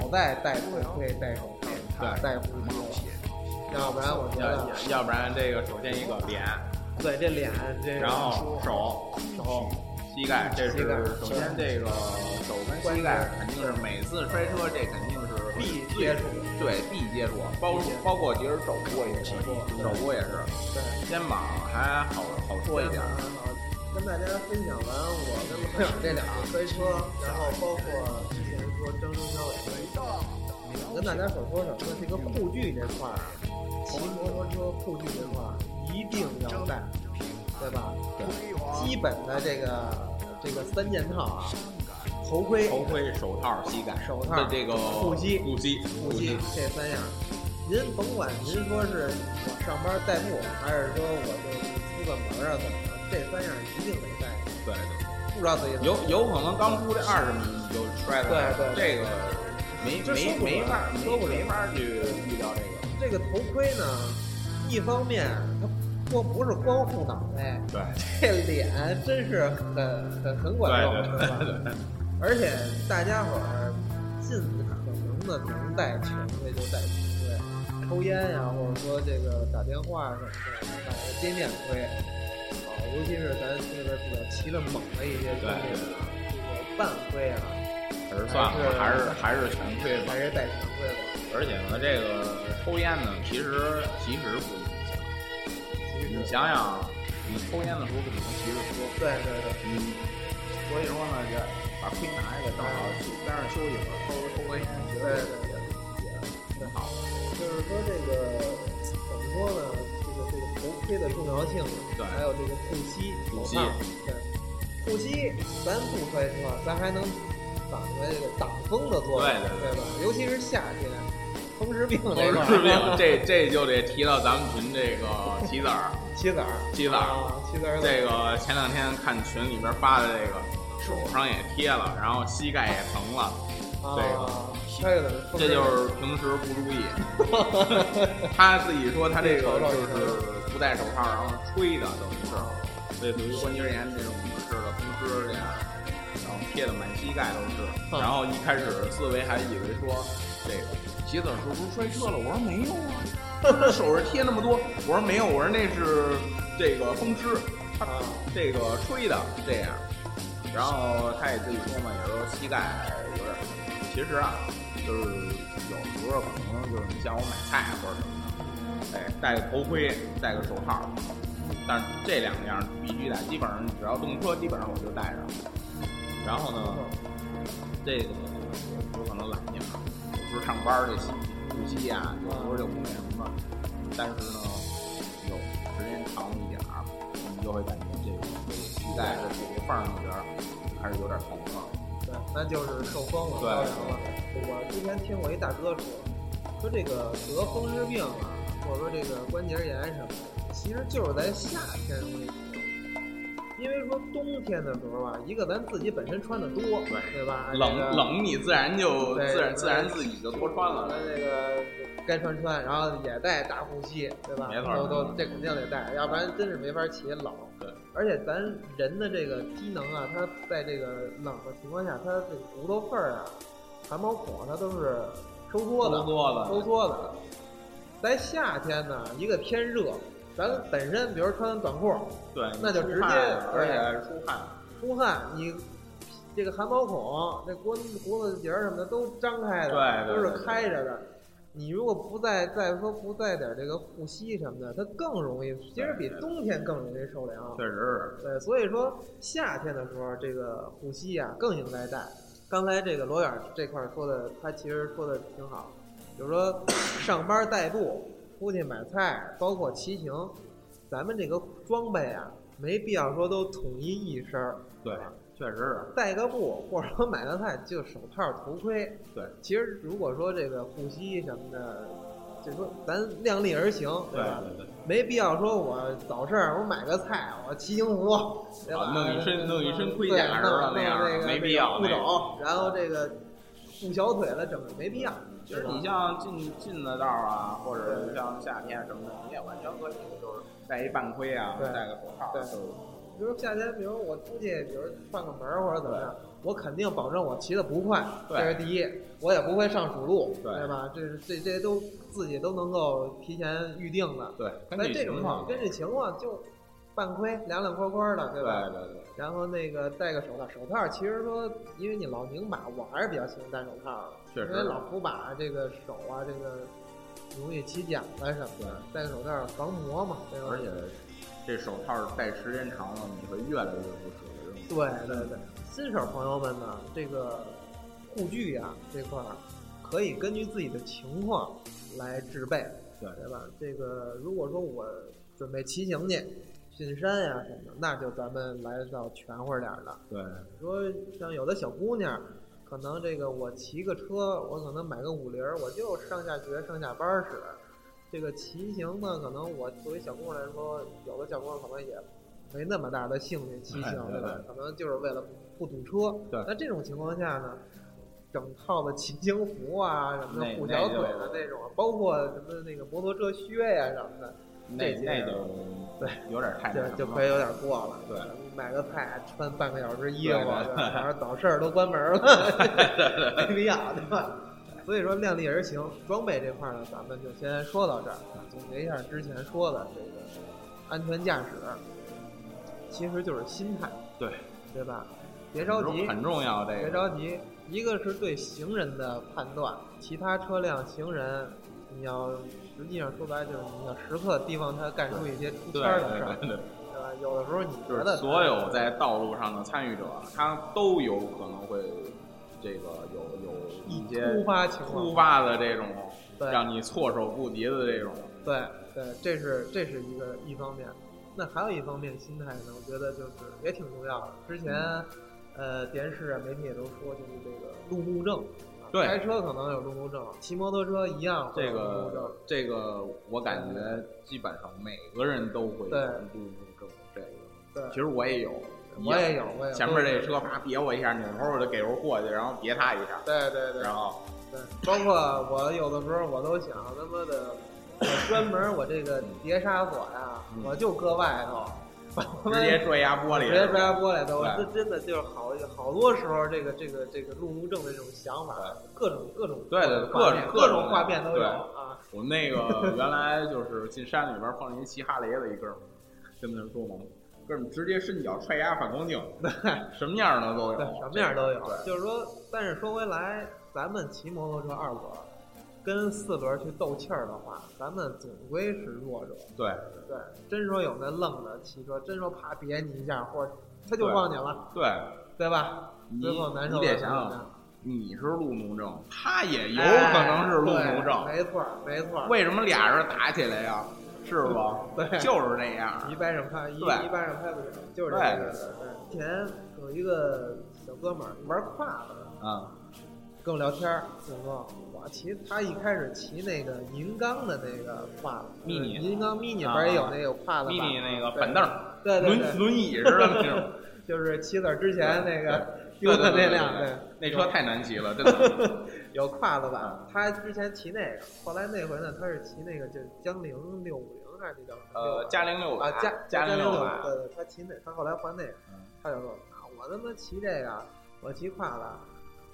B: 好在戴头盔、戴手套、戴护目镜，要不然我觉
C: 要
B: 得
C: 要要不然这个首先一个脸，
B: 对这脸这
C: 然后手
B: 手
C: 膝盖，这
B: 膝
C: 是
B: 盖
C: 首先这个手跟膝盖肯定是每次摔车，这肯定是
B: 必接触，
C: 对必接触，包包括其实手部也是，手部也是，
B: 对。
C: 肩膀还好好说一点，
B: 跟大家分享完我跟罗远这两啊次摔车，然后包括之前说张中小伟摔车，跟大家所说什么呢？这个护具这块儿啊，骑摩托车护具这块儿一定要带，对吧？对，基本的这个这个三件套啊，头盔、
C: 头盔、手套、膝盖，
B: 手套
C: 的这个
B: 护膝
C: 护膝、
B: 护具这三样。您甭管您说是我上班代步，还是说我就出个门儿啊怎么着，这三样一定得带，
C: 对对，
B: 不知道自己怎么
C: 有有可能刚出这二十米你就摔了，
B: 对对
C: 这个没
B: 这说
C: 没
B: 不准
C: 没法
B: 说不
C: 没
B: 准
C: 没法去预料这个，
B: 这个头盔呢，一方面它光不是光护脑袋，
C: 对
B: 这脸真是很很很管用，
C: 对
B: 是
C: 对
B: 吧？而且大家伙儿尽可能的能带球队就带球队，抽烟呀、或者说这个打电话什么的，带个接面盔。啊，尤其是咱这边比较骑着猛的一些兄弟们啊，这个半盔啊，
C: 可是算了，
B: 还
C: 还是
B: 是
C: 还是全亏吧
B: 还。是带全盔的。
C: 而且呢，这个抽烟呢，其实其实不影响。你想想，你抽烟的时候不可能骑着车，
B: 对对对。
C: 嗯，所以说呢，这把盔拿下来，正好去边上休息会儿，抽抽根烟，觉得也也挺好。
B: 就是说这个怎么说呢？这个这个头盔的重要性，
C: 对
B: 还有这个护膝、
C: 护膝
B: 手套对，护膝咱不摔车，咱还能反过来这个挡风的作用，
C: 对
B: 对
C: 对对
B: 吧？尤其是夏天，风湿病这块
C: 都
B: 儿，
C: 是病，这这就得提到咱们群这个棋子 儿，
B: 啊棋子儿，
C: 棋子儿。
B: 啊，棋子儿
C: 这个前两天看群里边发的这个，手上也贴了，然后膝盖也疼了，这个
B: 啊，这个风湿
C: 这就是平时不注意。他自己说他这个就是不戴手套，然后吹的，等于是类似于关节炎这种似的风湿这样，然后贴的满膝盖都是。然后一开始思维还以为说这个鞋子是不是摔车了？我说没有啊，手上贴那么多，我说没有，我说那是这个风湿，他这个吹的这样。然后他也自己说嘛，也说膝盖有点儿。其实啊，就是有时候可能就是你像我买菜或者什么的，哎，戴个头盔，戴个手套，但是这两样必须戴。基本上只要动车，基本上我就戴上。然后呢，
B: 嗯
C: 这个有可能懒点儿，有时候上班儿这呼吸呀，有时候就不那什么。但是呢，有时间长一点儿，你就会感觉这个这个膝盖的这个缝儿那边儿还是有点儿疼痛。
B: 对，那就是受风了，
C: 对
B: 着凉了。我之前听过一大哥说，说这个得风湿病啊，或者说这个关节炎什么的，其实就是咱夏天容易得。因为说冬天的时候啊，一个咱自己本身穿的多，对
C: 对
B: 吧？
C: 冷
B: 这个，
C: 冷，你自然就
B: 对
C: 自然
B: 对
C: 自然自己就多穿
B: 咱
C: 了。
B: 这个该穿穿，然后也带大护膝，对吧？
C: 没错
B: 都都这肯定得带，要不然真是没法骑冷。
C: 对，
B: 而且咱人的这个机能啊，它在这个冷的情况下，它这个骨头缝儿啊、汗毛孔啊，它都是收缩的、
C: 收缩的
B: 收缩的。在夏天呢，一个天热，咱本身比如穿短裤
C: 对，
B: 那就直接
C: 出汗
B: 对
C: 而且出汗，
B: 出汗，你这个汗毛孔、这脖子脖子节儿什么的都张开的，
C: 对对
B: 都
C: 对
B: 是开着的。你如果不再再说不再点这个护膝什么的，它更容易，其实比
C: 对对对
B: 冬天更容易受凉。
C: 确实是。
B: 对，所以说夏天的时候，这个护膝啊更应该戴。刚才这个罗远这块儿说的，他其实说的挺好，就是说 上班代步、出去买菜，包括骑行，咱们这个装备啊，没必要说都统一一身儿，
C: 对，确实是。
B: 带个布或者说买个菜就手套、头盔。
C: 对，
B: 其实如果说这个护膝什么的，就说咱量力而行，
C: 对
B: 吧？
C: 对对。
B: 没必要说我早市儿我买个菜，我骑行服，对吧呃
C: 啊弄一身弄一身盔甲
B: 对
C: 似的
B: 弄
C: 那样
B: 弄这个
C: 没必要
B: 护
C: 那个
B: 肘，然后这个护小腿了，整个没必要。
C: 其实
B: 对吧
C: 你像进进的道儿啊，或者像夏天什么的，你也完全可以就是戴一半盔啊，
B: 对
C: 戴个手套，
B: 对
C: 就
B: 比如夏天，比如我出去，比如串个门儿或者怎么样，我肯定保证我骑的不快，
C: 对
B: 这是第一，我也不会上主路，对
C: 对
B: 吧？这是这这些都自己都能够提前预定的。
C: 对，根
B: 在
C: 据
B: 这
C: 情
B: 种
C: 况。
B: 根据情况就半盔凉凉快快的，对
C: 对
B: 吧？
C: 对对，
B: 然后那个戴个手套，手套其实说，因为你老拧把，我还是比较喜欢戴手套的，
C: 确实
B: 因为老扶把这个手啊，这个容易起茧子什么的，戴个手套防磨嘛，对吧？
C: 而且这手套戴时间长了，你会越来越不舍得用。
B: 对对对，新手朋友们呢，这个护具呀、这块儿，可以根据自己的情况来制备，
C: 对
B: 对吧？这个如果说我准备骑行去进山呀、什么的，那就咱们来到全乎点儿的。
C: 对
B: 说像有的小姑娘，可能这个我骑个车，我可能买个五菱儿，我就上下学、上下班儿使。这个骑行呢，可能我作为小姑娘来说，有的小姑娘可能也没那么大的兴趣骑行，
C: 哎
B: 对吧
C: 对？
B: 可能就是为了不堵车。
C: 对
B: 那这种情况下呢，整套的骑行服啊，什么的
C: 那
B: 护小腿的
C: 那就
B: 那种，包括什么那个摩托车靴呀、什么的，
C: 那
B: 这些
C: 那就
B: 对
C: 有点太那
B: 就
C: 什么
B: 就
C: 了
B: 可以有点过了。
C: 对，
B: 买个菜穿半个小时衣服，
C: 对对
B: 对吧反正早市儿都关门 了，没必要，对吧？所以说量力而行，装备这块儿呢，咱们就先说到这儿，啊总结一下之前说的这个安全驾驶，其实就是心态，
C: 对，
B: 对吧？别着急，
C: 很重要这
B: 别
C: 个。
B: 着急，一个是对行人的判断，其他车辆、行人，你要实际上说白了就是你要时刻提防他干出一些出
C: 对
B: 圈儿的事儿，
C: 对对，
B: 对吧？呃有的时候你
C: 就
B: 觉得
C: 是所
B: 他
C: 有在道路上的参与者，啊他都有可能会这个有有一些
B: 突发情况，
C: 突发的这种
B: 对
C: 让你措手不及的这种，
B: 对对，这是这是一个一方面。那还有一方面心态呢，我觉得就是也挺重要的。之前，
C: 嗯
B: 呃，电视啊、媒体也都说，就是这个路怒症，啊
C: 对
B: 开车可能有路怒症，骑摩托车一样会
C: 这
B: 有路怒症
C: 个。这个我感觉基本上每个人都会有
B: 对
C: 路怒症这个，
B: 对，
C: 其实我也有，
B: 我也有，我也有
C: 前面这车啪别我一下，扭头我就给人过去，然后别他一下，
B: 对对对
C: 然后
B: 对，包括我有的时候我都想他妈的，我专门我这个碟刹锁呀，
C: 嗯
B: 我就搁外头，把他妈
C: 直接摔压玻璃，
B: 直接摔下玻璃的，我
C: 对
B: 这真的就是好好多时候，这个这个这个路怒症的这种想法，各种各种
C: 对对
B: 各种
C: 各种各
B: 种
C: 种
B: 画面都有
C: 对
B: 啊。
C: 我们那个原来就是进山里边碰见一骑哈雷的一哥们儿，跟他说嘛，就是直接伸脚踹压反光镜，什么样儿的都有，
B: 对，什么样都有
C: 对。
B: 就是说，但是说回来，咱们骑摩托车二轮儿跟四轮儿去斗气儿的话，咱们总归是弱者。
C: 对
B: 对，真说有那愣的骑车，真说啪别你一下，或者他就撞你了，
C: 对，
B: 对吧？
C: 你
B: 最后难受
C: 你
B: 的
C: 得
B: 是
C: 想
B: 什么
C: 想
B: 呢，
C: 你是路怒症，他也有可能是路怒症，
B: 哎哎对没错儿，没错儿。
C: 为什么俩人打起来呀？是不？
B: 对
C: 就是这样
B: 一。掰手拍一一
C: 啊对
B: 掰手拍不了，就是这
C: 对
B: 个意思。对以前有一个小哥们儿玩跨子的，
C: 啊，
B: 跟我聊天儿，就说我骑他一开始骑那个银钢的那个跨子
C: Mini
B: 银钢 mini
C: 啊
B: 不是有那个跨子
C: 迷
B: 版
C: 你那个
B: 对
C: 板凳儿，
B: 对对对
C: 轮轮椅似的那 种。
B: 就是骑子儿之前那个
C: 对
B: 丢
C: 对
B: 的
C: 对
B: 那
C: 对
B: 辆，
C: 对
B: 对，
C: 那车太难骑了，真的。
B: 有跨子版，他之前骑那个，后来那回呢，他是骑那个就是江铃六五零还是那叫什么？
C: 呃，嘉陵六
B: 啊
C: 百，
B: 加啊
C: 嘉陵
B: 零
C: 六
B: 百，
C: 百，
B: 对对，他骑那，他后来换那个，他就说啊，我他妈骑这个，我骑跨子，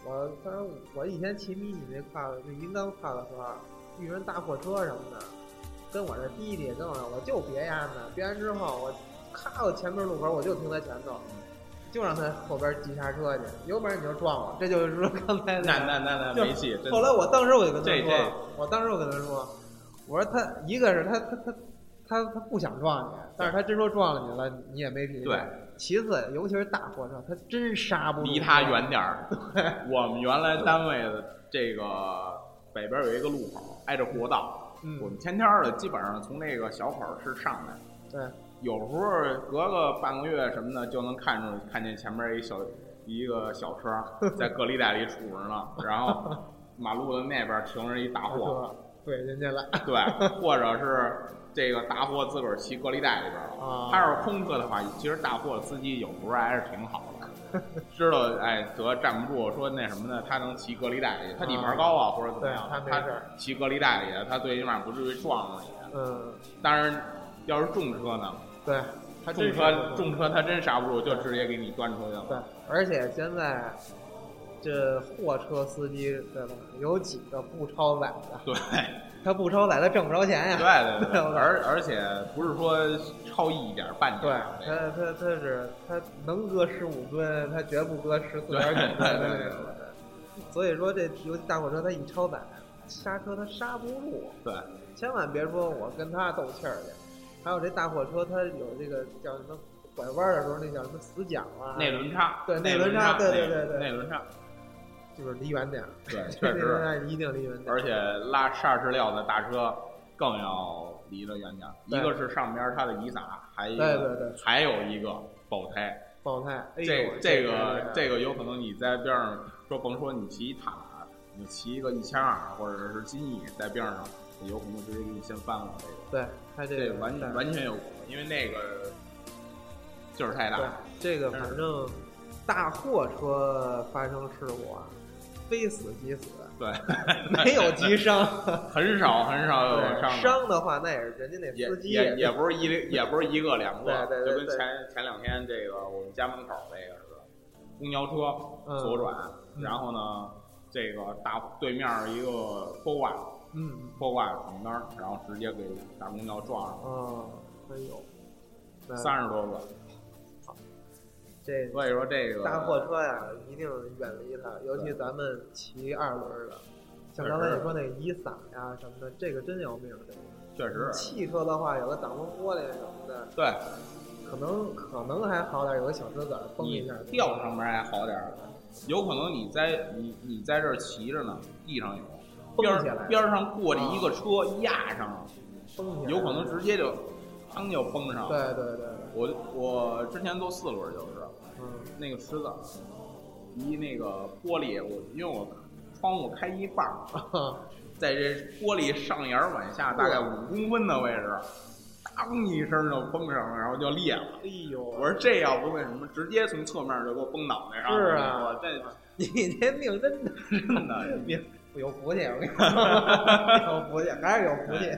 B: 我他说我以前骑迷你那跨子，那银钢跨的时候，啊遇人大货车什么的，跟我这滴滴跟我这，我就别压呢，别完之后我咔，我前面路口我就停在前头。就让他后边急刹车去，有本事你就撞我，这就是说刚才
C: 那那那那
B: 就
C: 没戏。真的
B: 后来我当时我就跟他
C: 这这
B: 说，我当时我跟他说，我说他一个是他他他他他不想撞你，但是他真说撞了你了，你也没脾气。
C: 对。
B: 其次，尤其是大货车，他真刹不住。
C: 离他远点儿。我们原来单位的这个北边有一个路口，挨着国道，
B: 嗯
C: 我们天天儿的基本上从那个小口儿是上来，
B: 对，
C: 有时候隔个半个月什么的就能看出看见前面一小一个小车在隔离带里杵着呢，然后马路的那边停着一大
B: 大
C: 货，
B: 货怼人家了。
C: 对，或者是这个大货自个儿骑隔离带里边儿了。
B: 啊
C: 他要是空客的话，其实大货司机有时候还是挺好的，知道哎得站不住，说那什么呢，他能骑隔离带里，他底盘高啊或者怎么
B: 对
C: 样，
B: 他没
C: 他
B: 事儿
C: 骑隔离带里，他最起码不至于撞了你。
B: 嗯，
C: 当然，要是重车呢，
B: 对，他
C: 重
B: 真刹不
C: 车
B: 住
C: 重车他真刹不住，就直接给你端出去了。
B: 对，而且现在这货车司机对吧，有几个不超载的？
C: 对
B: 他不超载，他挣不着钱呀。
C: 对 对对，
B: 吧
C: 而而且不是说超一点儿半
B: 对
C: 点儿那个，
B: 他，他他是他能搁十五吨，他绝不搁十四
C: 对
B: 点九
C: 对
B: 吨
C: 对
B: 的
C: 对
B: 那种。所以说这尤其大货车，它一超载，刹车它刹不住，
C: 对
B: 千万别说我跟他斗气儿去。还有这大货车，它有这个叫什么拐弯的时候那叫什么死角啊，
C: 内轮差，
B: 对
C: 内
B: 内轮
C: 差，
B: 差对
C: 内
B: 对对对
C: 内轮差，
B: 就是离远点儿，
C: 对，
B: 内
C: 确实
B: 轮。差一定离远点儿。
C: 而且拉砂石料的大车更要离得远点儿。一
B: 对
C: 个是上边它的雨伞，还有一
B: 对对
C: 个
B: 对
C: 还有一个爆胎。
B: 爆胎，哎呦
C: 这这个这
B: 个
C: 个有可能你在边上说，甭说你骑一塔，你骑一个一千二或者是金翼在边上，也有可能直接给你先翻了。这个
B: 对，它这
C: 这
B: 个
C: 个完
B: 对
C: 完全有可能，因为那个劲儿太大
B: 对。，这个
C: 真是
B: 反正大货车发生事故啊，非死即死，
C: 对，
B: 没有急伤。
C: 很少很少有
B: 对
C: 伤的。
B: 伤的话，那也是人家那
C: 也
B: 司机
C: 也也不是一个也不是一个两个，
B: 对对对
C: 就跟前前两天这个我们家门口那个似的，公交车
B: 嗯
C: 左转，
B: 嗯
C: 然后呢，这个大对面一个波挂
B: 嗯
C: 波挂闯灯，然后直接给大公交撞上
B: 哦，哎呦，那
C: 了，三十多个，
B: 这
C: 所以说这个
B: 大货车呀，一定远离它，尤其咱们骑二轮儿的，像刚才你说那雨伞呀什么的，这个真要命。这个
C: 确实
B: 汽车的话，有个挡风玻璃什么的，
C: 对
B: 可能可能还好点儿，有个小石子儿崩一
C: 你
B: 下
C: 掉上面还好点儿，有可能你在你你在这儿骑着呢，地上有
B: 蹦
C: 边
B: 起来啊
C: 儿边儿上过着一个车压上了，
B: 崩一下，
C: 有可能直接就当就崩上了。
B: 对对对，对
C: 我我之前坐四轮就是
B: 嗯。
C: 那个池子，离那个玻璃，我因为我窗户开一半儿，
B: 嗯
C: 在这玻璃上沿儿往下大概五公分的位置，当一声就崩上了，然后就裂了。
B: 哎呦，
C: 我说这要不那什么，直接从侧面就给我崩脑袋上了。
B: 是啊
C: 我这
B: 你这命真的
C: 真 的
B: 命有福气，我跟你说， 有福气，还是有福气。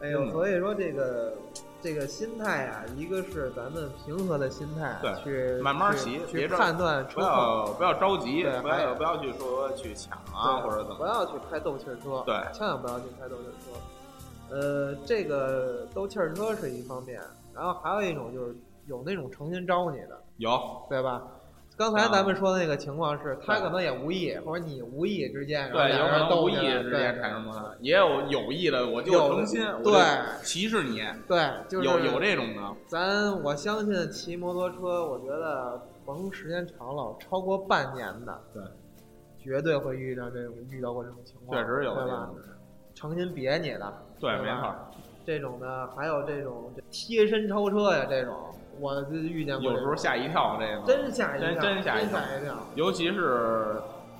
B: 哎呦，
C: 嗯
B: 所以说这个这个心态啊，一个是咱们平和的心态，
C: 对
B: 去
C: 慢慢
B: 去
C: 骑别
B: 去
C: 着
B: 判断
C: 不
B: 车况，
C: 要不要着急，
B: 对
C: 不
B: 还
C: 要
B: 有
C: 不要去说去抢啊
B: 对
C: 或者怎
B: 不
C: 么。
B: 要去开斗气儿车，
C: 对
B: 千万不要去开斗气儿车。呃，这个斗气儿车是一方面，然后还有一种就是有那种诚心招你的，
C: 有，
B: 对吧？刚才咱们
C: 啊
B: 说的那个情况是，他可能也无意，或者你无意之间，然后
C: 对，有
B: 两
C: 可
B: 个人
C: 能
B: 斗
C: 无
B: 起
C: 意
B: 来
C: 之间产
B: 对
C: 生摩擦，也有有意的，我就
B: 有
C: 诚心，我就
B: 对
C: 歧视你，
B: 对，就是
C: 有有这种的，
B: 咱我相信骑摩托车，我觉得甭时间长了，超过半年的，
C: 对，
B: 绝对会遇到这种遇到过这种情况，
C: 确实有
B: 对
C: 这
B: 吧
C: 种？的，
B: 诚心别你的，
C: 对，
B: 对
C: 没
B: 吧
C: 错儿，
B: 这种的，还有这种这贴身超车呀，这种我就遇见过
C: 有
B: 这
C: 时
B: 种，
C: 候吓一跳，这个
B: 真吓一跳，
C: 真
B: 真
C: 真吓一
B: 一
C: 跳
B: 跳。
C: 尤其是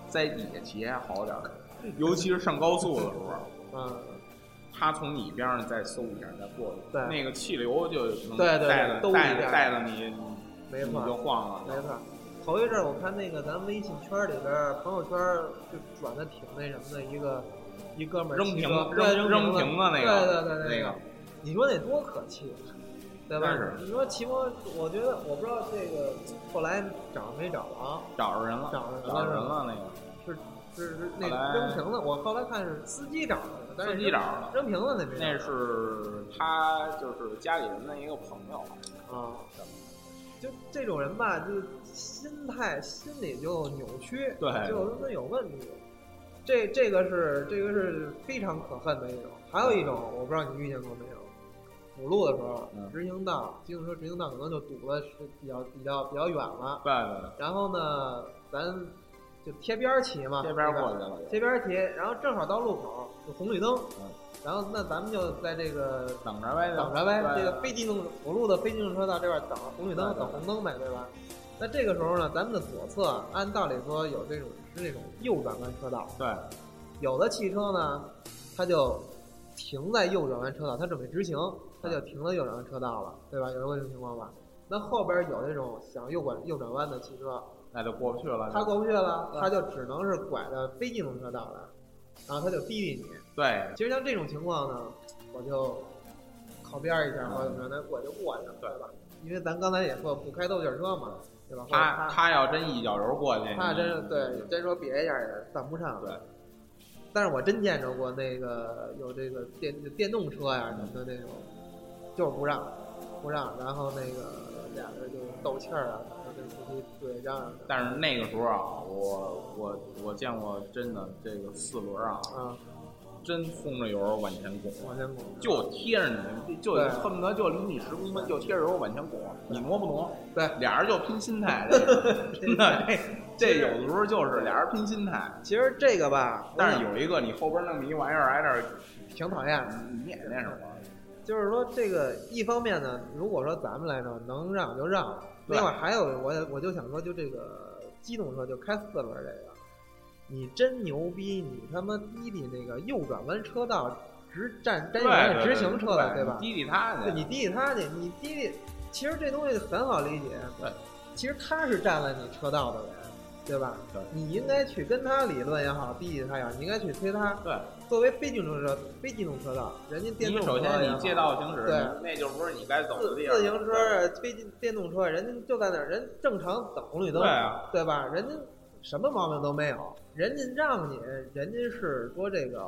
C: 在底下骑还好点儿，尤其是上高速的时候，
B: 嗯，
C: 他从你边上再嗖一下再过去，
B: 对
C: 那个气流就能
B: 对对对
C: 带着
B: 兜一
C: 带
B: 下
C: 着带着你，
B: 没
C: 你
B: 错
C: 就晃
B: 没
C: 了。
B: 错。头一阵儿我看那个咱微信圈里边儿、朋友圈儿就转的挺那什么的一个一哥们儿
C: 扔
B: 骑
C: 瓶
B: 车
C: 子
B: 对
C: 扔
B: 扔
C: 扔瓶子那
B: 对
C: 个
B: 对对对
C: 那
B: 个
C: 个，
B: 你说那多可气，啊对吧
C: 真是？
B: 你说骑摩，我觉得我不知道这个后来找没找啊？
C: 找着人了，
B: 找着人了
C: 着人了，那个
B: 是是是那
C: 后来
B: 扔瓶子，我后来看是司机找的，但是
C: 司机
B: 扔
C: 找的
B: 扔瓶子那没找
C: 那是他就是家里人的一个朋友，
B: 啊。
C: 哦
B: 就这种人吧，就心态心理就扭曲，
C: 对
B: 就他妈有问题。这这个是这个是非常可恨的一种。还有一种，我不知道你遇见过没有，补路的时候
C: 嗯，
B: 直行道、机动车直行道可能就堵的是比较比较比较远了。
C: 对对对，
B: 然后呢，咱就贴边儿骑嘛，
C: 这边
B: 对吧
C: 过去了，
B: 贴边儿骑，然后正好到路口有红绿灯，
C: 嗯
B: 然后那咱们就在这个
C: 等着呗，
B: 等着呗，
C: 对
B: 这个非机动辅路的非机动车道这边等红绿灯，
C: 对对
B: 等红灯呗，对吧？那这个时候呢，咱们的左侧按道理说有这种是那种右转弯车道，
C: 对
B: 有的汽车呢，它就停在右转弯车道，它准备直行，它就停在右转弯车道了，对吧？有过这种情况吧？那后边有那种想右拐右转弯的汽车，
C: 那就过不去了。
B: 它过不去了，它就只能是拐到非机动车道来，然后它就逼逼你。
C: 对
B: 其实像这种情况呢，我就靠边儿一下或者怎么样，那我就过去了，对吧？因为咱刚才也说不开斗气儿车嘛，对吧？
C: 他
B: 他
C: 他要真一脚油过去，
B: 他
C: 你
B: 真是对真说别一下也犯不上。
C: 对。
B: 但是我真见着过那个有这个电电动车呀什么的那种，就是不让，不让，然后那个俩人就斗气儿啊，然后就出去对嚷嚷的。
C: 但是那个时候啊，我我我见过真的这个四轮啊，
B: 啊，
C: 真冲着油往前拱，
B: 往前拱，
C: 就贴着你，就
B: 对
C: 恨不得就离你十公分，就贴着油往前拱，你挪不挪？
B: 对
C: 俩人就拼 心态，这个真的，这这有的时候就是俩人拼心态。
B: 其实这个吧，
C: 但是有一个你后边弄么一玩意儿挨这儿，
B: 挺讨厌的。
C: 你也那什么，
B: 就是说，这个一方面呢，如果说咱们来说能让就让，
C: 对
B: 另外还有我也我就想说，就这个机动车就开四轮这个，你真牛逼，你他妈滴滴那个右转弯车道直占占
C: 对
B: 用人家
C: 对，
B: 直行车了，
C: 对
B: 吧？
C: 滴滴他
B: 对
C: 去，
B: 你滴滴他去，你滴滴，其实这东西很好理解，
C: 对，
B: 其实他是占了你车道的人，对吧？
C: 对
B: 你应该去跟他理论也好，滴滴他也好，你应该去推他。
C: 对。
B: 作为非机动车非机动车道，人家电
C: 你
B: 动车
C: 首先
B: 也
C: 你
B: 好
C: 借道行驶
B: 对，
C: 那就不是你该走
B: 自
C: 的地儿。
B: 自行车、
C: 啊
B: 非机电动车，啊人家就在那儿，人正常等红绿灯，
C: 对啊，
B: 对吧？人家什么毛病都没有，人家让你，人家是说这个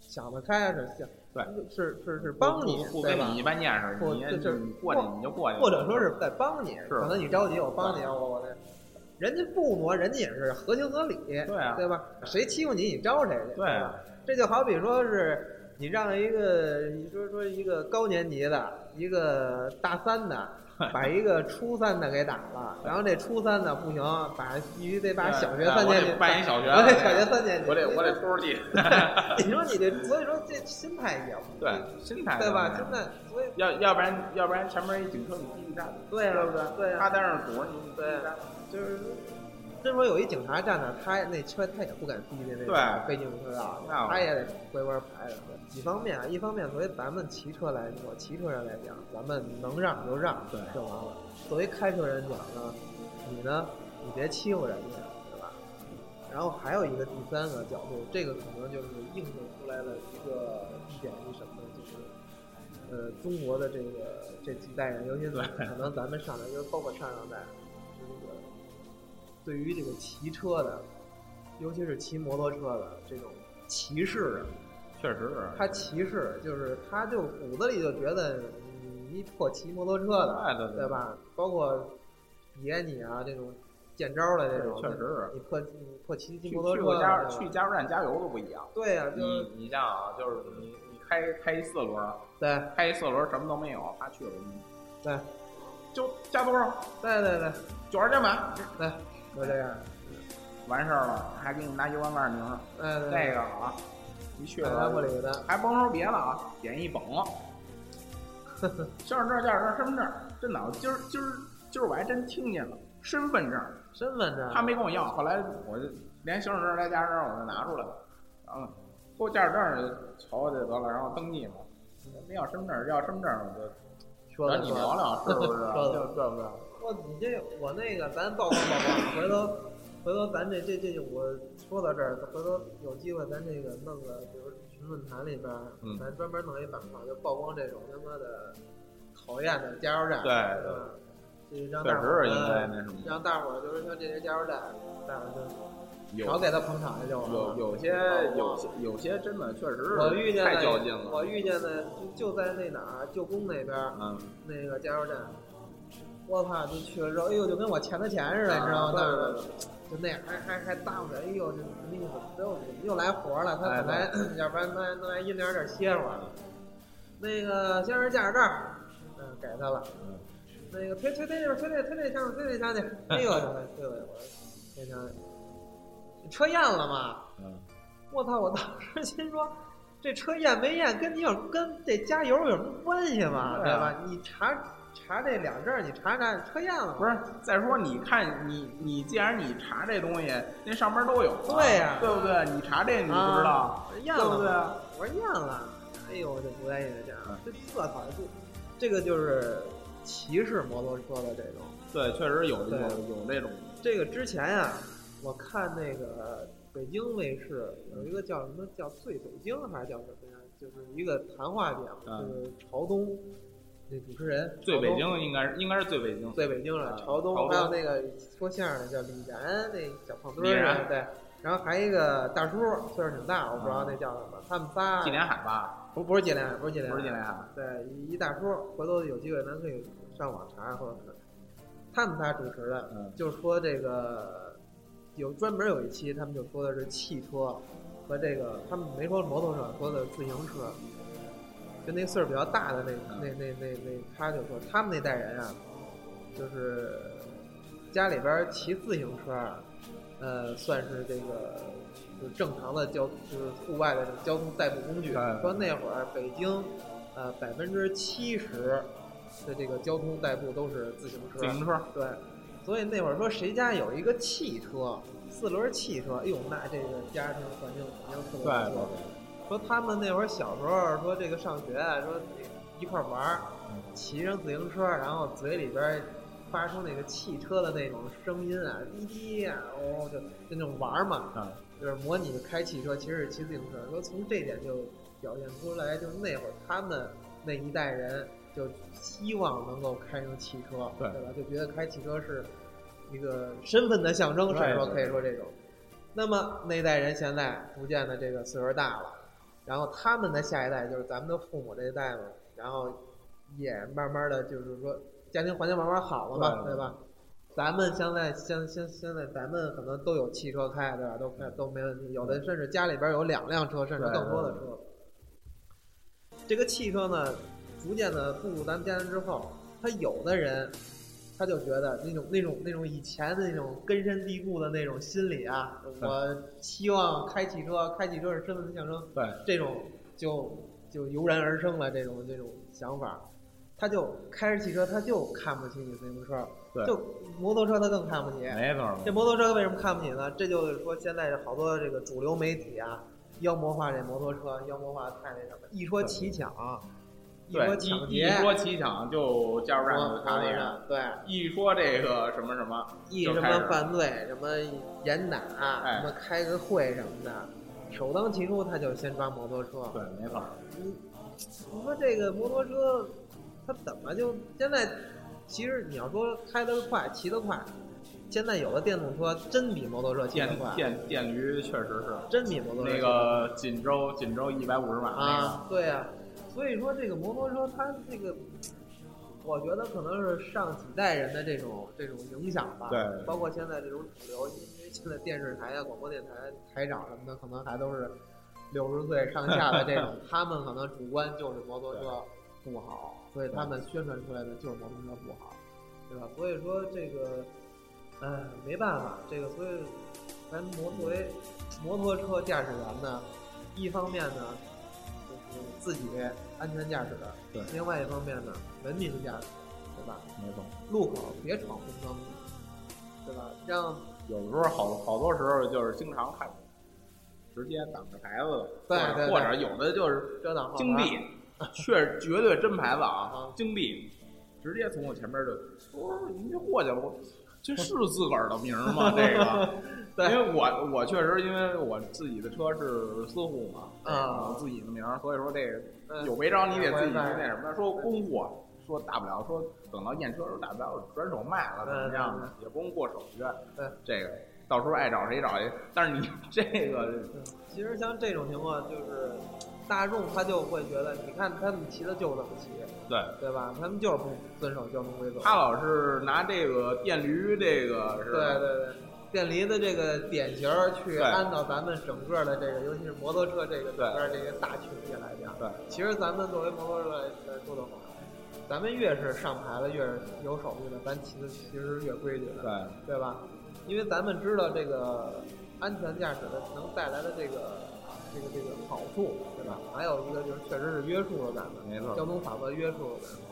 B: 想得开啊是想，
C: 对，
B: 是是是帮你，
C: 不不
B: 对
C: 跟
B: 吧
C: 你一？般见识，
B: 或
C: 你
B: 就是
C: 你过去你就过去，
B: 或者说是在帮你，可能你着急，我帮你，
C: 对
B: 我我那，人家不磨，人家也是合情合理，
C: 对啊
B: 对吧？谁欺负你，你招谁去，
C: 对啊
B: 吧？这就好比说是。你让一个，你说说一个高年级的，一个大三 的，把一个初三的给打了，然后这初三的不行，把必须得把小学三年级
C: 哎我得，办一小学，啊
B: 我得小学三年级，
C: 我得我得出去，
B: 你说你这，所以说这心态也不
C: 对，心态
B: 对吧？
C: 上
B: 心
C: 面
B: 态，所以
C: 要要不然要不然前面一警车你滴滴他，
B: 对啊，对不对？对啊
C: 他，在那儿堵着你，你滴滴他
B: 就是真说有一警察站那儿，他那车他也不敢逼的那个
C: 对
B: 非警车道
C: 那，我
B: 他也得乖乖排着。几方面啊，一方面作为咱们骑车来说，骑车人来讲，咱们能让就让，
C: 对
B: 就完了。作为开车人讲呢，你呢，你别欺负人家，对吧？然后还有一个第三个角度，这个可能就是映射出来的一个一点是什么呢？就是呃，中国的这个这几代人，尤其是可能咱们上来，就是包括上上代，就这个对于这个骑车的，尤其是骑摩托车的这种歧视啊，
C: 确实是
B: 他歧视就是他就骨子里就觉得你一破骑摩托车的，
C: 哎对对
B: 对吧？包括野你啊这种见招儿的这种，
C: 确实是
B: 你破你破骑骑
C: 去
B: 摩托
C: 去
B: 车
C: 过加
B: 的，
C: 去
B: 对吧
C: 加油站加油都不一样。
B: 对呀，就
C: 你你像啊，就是你你开开一四轮儿，
B: 对
C: 开一四轮儿什么都没有，他去了，你
B: 对
C: 就加多少
B: 对对对
C: 九十九满，
B: 对，就这样，
C: 完事儿了，还给你拿一万万名，
B: 对对
C: 这
B: 对，
C: 个啊，一去
B: 百来
C: 了
B: 不理的，
C: 还甭说别的啊，点一绷 了，身份证、驾驶证、身份证，真的，我今儿今儿今儿我还真听见了，身份证
B: 身份证
C: 他没跟我要，后来我就连行驶证带驾驶证我就拿出来了，啊，给我驾驶证瞅瞅就得了，然后登记嘛，没要身份证，要身份证我就
B: 说的
C: 找你聊聊是不是？
B: 说的
C: 就这不是？
B: 我你这我那个，咱曝光曝光，回头回头咱这这这我说到这儿，回头有机会咱这个弄个，比如群论坛里边儿，
C: 嗯
B: 咱专门弄一板块，就曝光这种他妈的讨厌的加油站，
C: 对
B: 对吧？就是让大伙儿啊
C: 啊确实是应该那什么
B: 让大伙儿就是像这些加油站，大伙儿就
C: 有
B: 少给他捧场就完了
C: 有。有些有些有些真的确实是
B: 嗯我遇见
C: 太
B: 的
C: 较劲了，
B: 我遇见的就就在那哪儿旧宫那边儿，
C: 嗯，
B: 那个加油站，我操，就去了之后，哎呦，就跟我欠他钱似的，
C: 啊
B: 你知道吗？
C: 对对
B: 就那样，还还还耽误着，哎呦，这什么意思？又又来活了，他
C: 哎
B: 本来要不然他他还阴凉点歇会儿。那个先是驾驶证儿，嗯，给他了。
C: 嗯
B: 那个推推推那边，推那推那箱子，推那箱去。哎呦，对对，我推箱去。车验了吗？
C: 嗯，
B: 我操！我当时心说，这车验没验跟你有跟这加油有什么关系吗？
C: 对
B: 对
C: 啊
B: 吧？你查查这两证儿，你查查车验了吗？
C: 不是，再说你看你你，既然你查这东西，那上边都有啊，
B: 对呀
C: 对不对？你查这你不
B: 啊
C: 知道，
B: 验
C: 对
B: 了
C: 不对？啊嗯
B: 吗我说验了。哎呦，我就不愿意这样，这这操这这个就是歧视摩托车的这种。
C: 对，确实有
B: 对
C: 有有这种，
B: 这个之前啊，我看那个北京卫视有一个叫什么叫《最北京》还是叫什么呀？就是一个谈话节目，
C: 嗯
B: 就是朝东那主持人
C: 最北
B: 朝东
C: 京应该是应该是最北京，
B: 最北京了，
C: 啊
B: 朝东，
C: 朝东
B: 还有那个说相声的叫李然，那小胖墩
C: 李
B: 儿
C: 然
B: 啊，对，然后还一个大叔，岁数挺大，我不知道那叫什么，他们仨
C: 纪连海吧，
B: 不不是纪连，不是纪连，
C: 不是纪连海，
B: 对，一一大叔，回头有机会咱可以上网查或者是他们仨主持的，
C: 嗯
B: 就说这个有专门有一期，他们就说的是汽车和这个，他们没说摩托车，说的自行车。就那岁数比较大的那
C: 嗯
B: 那那那那，他就说他们那代人啊，就是家里边儿骑自行车啊，呃，算是这个就是正常的交就是户外的这种交通代步工具。
C: 哎
B: 说那会儿北京，呃，百分之七十的这个交通代步都是自行车。
C: 自行车，
B: 对，所以那会儿说谁家有一个汽车，四轮汽车，哎呦，那这个家庭环境肯定特别不
C: 对
B: 错。说他们那会儿小时候说这个上学啊，说一块儿玩儿，
C: 嗯
B: 骑上自行车，然后嘴里边儿发出那个汽车的那种声音啊，滴滴啊，哦，就就那种玩儿嘛，
C: 嗯，
B: 就是模拟开汽车，其实是骑自行车。说从这点就表现出来，就是那会儿他们那一代人就希望能够开上汽车，
C: 对
B: 对吧？就觉得开汽车是一个身份的象征，
C: 对
B: 甚至说
C: 对
B: 可以说这种。那么那一代人现在逐渐的这个岁数大了，然后他们的下一代就是咱们的父母这一代嘛，然后也慢慢的就是说家庭环境慢慢好了嘛，
C: 对
B: 对吧？咱们现在现现现在咱们可能都有汽车开，对吧？都开都没问题，有的甚至家里边有两辆车，甚至更多的车。这个汽车呢，逐渐的步入咱们家庭之后，他有的人他就觉得那种那种那种以前的那种根深蒂固的那种心理啊，
C: 对
B: 我希望开汽车，开汽车是身份的象征，
C: 对，
B: 这种就就油然而生了这种这种想法，他就开着汽车，他就看不起你自行车，
C: 对
B: 就摩托车他更看不起。
C: 没错儿，
B: 这摩托车为什么看不起呢？这就是说现在好多这个主流媒体啊，妖魔化这摩托车，妖魔化太那什么，一说骑抢，一
C: 对，
B: 说抢
C: 一
B: 劫
C: 一，说骑抢就加油站就查这个，
B: 对，
C: 一说这个什么什么，
B: 一
C: 就
B: 什
C: 开始
B: 么犯罪，什么严打，
C: 哎
B: 什么开个会什么的，首当其冲他就先抓摩托车。
C: 对，没错儿，
B: 你你说这个摩托车，它怎么就现在？其实你要说开得快，骑得快，现在有的电动车真比摩托车骑得
C: 电
B: 快，
C: 电电驴确实是
B: 真比摩托车
C: 那
B: 骑得快
C: 个锦州锦州一百五十码那个。
B: 啊，对呀、所以说这个摩托车它这个，我觉得可能是上几代人的这种这种影响吧。
C: 对
B: 包括现在这种主流，因为现在电视台啊、广播电台台长什么的，可能还都是六十岁上下的这种，他们可能主观就是摩托车不好，所以他们宣传出来的就是摩托车不好，对吧？所以说这个，哎，没办法，这个所以咱摩作为摩托车驾驶员呢，一方面呢。就是自己安全驾驶的，
C: 对
B: 另外一方面呢，文明驾驶，对吧？
C: 没错。
B: 路口别闯红灯，对吧？让
C: 有的时候好好多时候就是经常看，直接挡着牌子了，
B: 对
C: 或者
B: 对对
C: 或者有的就是
B: 遮挡号
C: 金币
B: 牌，
C: 确绝对真牌子
B: 啊
C: 啊，金币直接从我前面就，我说您就过去了，我这是自个儿的名儿吗？这个。
B: 对
C: 因为我我确实因为我自己的车是私户嘛，
B: 啊
C: 我自己的名儿，所以说这个
B: 嗯
C: 有违章你得自己去
B: 明白
C: 那什么，说公户说大不了说等到验车的时候大不了我转手卖了怎么样的，也不用过手续，
B: 对，
C: 这个到时候爱找谁找谁。但是你 这个
B: 对其实像这种情况，就是大众他就会觉得，你看他们骑的就这么骑，
C: 对，
B: 对吧？他们就是不遵守交通规则。
C: 他老是拿这个电驴这个是
B: 对
C: 吧
B: 对对，电驴的这个典型儿去
C: 对
B: 按照咱们整个的这个，尤其是摩托车这个整
C: 对
B: 个这些大群体来讲，
C: 对
B: 其实咱们作为摩托车来说的话，咱们越是上牌的，越是有手续的，咱骑的其实越规矩的，
C: 对
B: 对吧？因为咱们知道这个安全驾驶的能带来的这个这个这个好处，对吧？还有一个就是确实是约束了咱们，
C: 没错
B: 交通法则约束了咱们，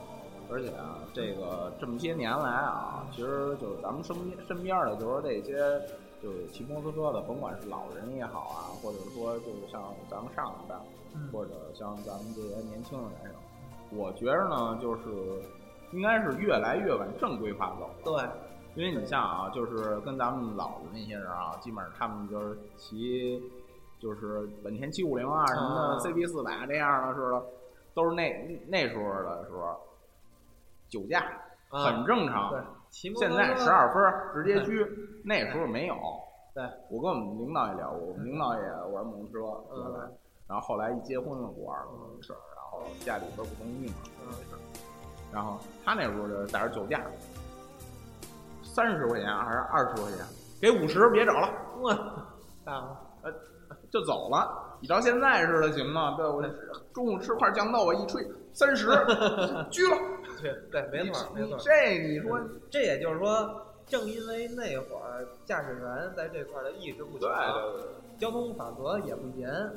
C: 而且啊，这个这么些年来啊，其实就是咱们身边身边的，就是说这些就是骑摩托车的，甭管是老人也好啊，或者说就是像咱们上一代，
B: 嗯
C: 或者像咱们这些年轻人也好，我觉着呢，就是应该是越来越往正规化走。
B: 对。
C: 因为你像啊，就是跟咱们老的那些人啊，基本上他们就是骑，就是本田七五零啊什么
B: 啊
C: 的，CB 四百这样的似的，都是那那时候的时候，酒驾
B: 啊
C: 很正常。
B: 对，骑摩
C: 现
B: 托
C: 在
B: 车
C: 十二分儿直接拘，那时候没有。
B: 对，
C: 我跟我们领导也聊过，我们领导也玩摩托车，
B: 嗯
C: 对吧？然后后来一结婚了不玩了，没事儿，然后家里边不同意嘛，没事儿。然后他那时候就是在这儿酒驾，三十块钱还是二十块钱，给五十别找了，
B: 哇，大了，
C: 呃，就走了。你到现在似的行吗？对，我这中午吃块酱豆，我一吹三 十，拘了。
B: 对对，没错
C: 你
B: 没错。
C: 这你说
B: 这也就是说，正因为那会儿驾驶员在这块儿的意识不强，交通法则也不严，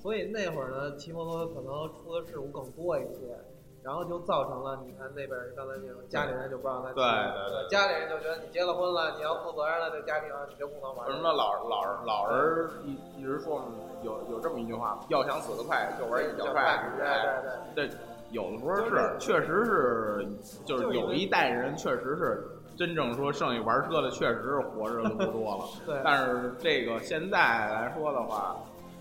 B: 所以那会儿呢，骑摩托可能出的事故更多一些，然后就造成了你看那边儿刚才那种家里人就不让他骑，
C: 对对对对
B: 家里人就觉得你结了婚了，你要负责任了，对家庭你就不能玩
C: 为
B: 儿
C: 什
B: 了。
C: 么老老老人一一直说嘛有有这么一句话，要想死得快，就玩一脚
B: 对
C: 踹。
B: 对对对。
C: 这有的时候是，确实是，就是有一代人确实是真正说剩下玩车的，确实是活着的不多了。
B: 对
C: 但是这个现在来说的话，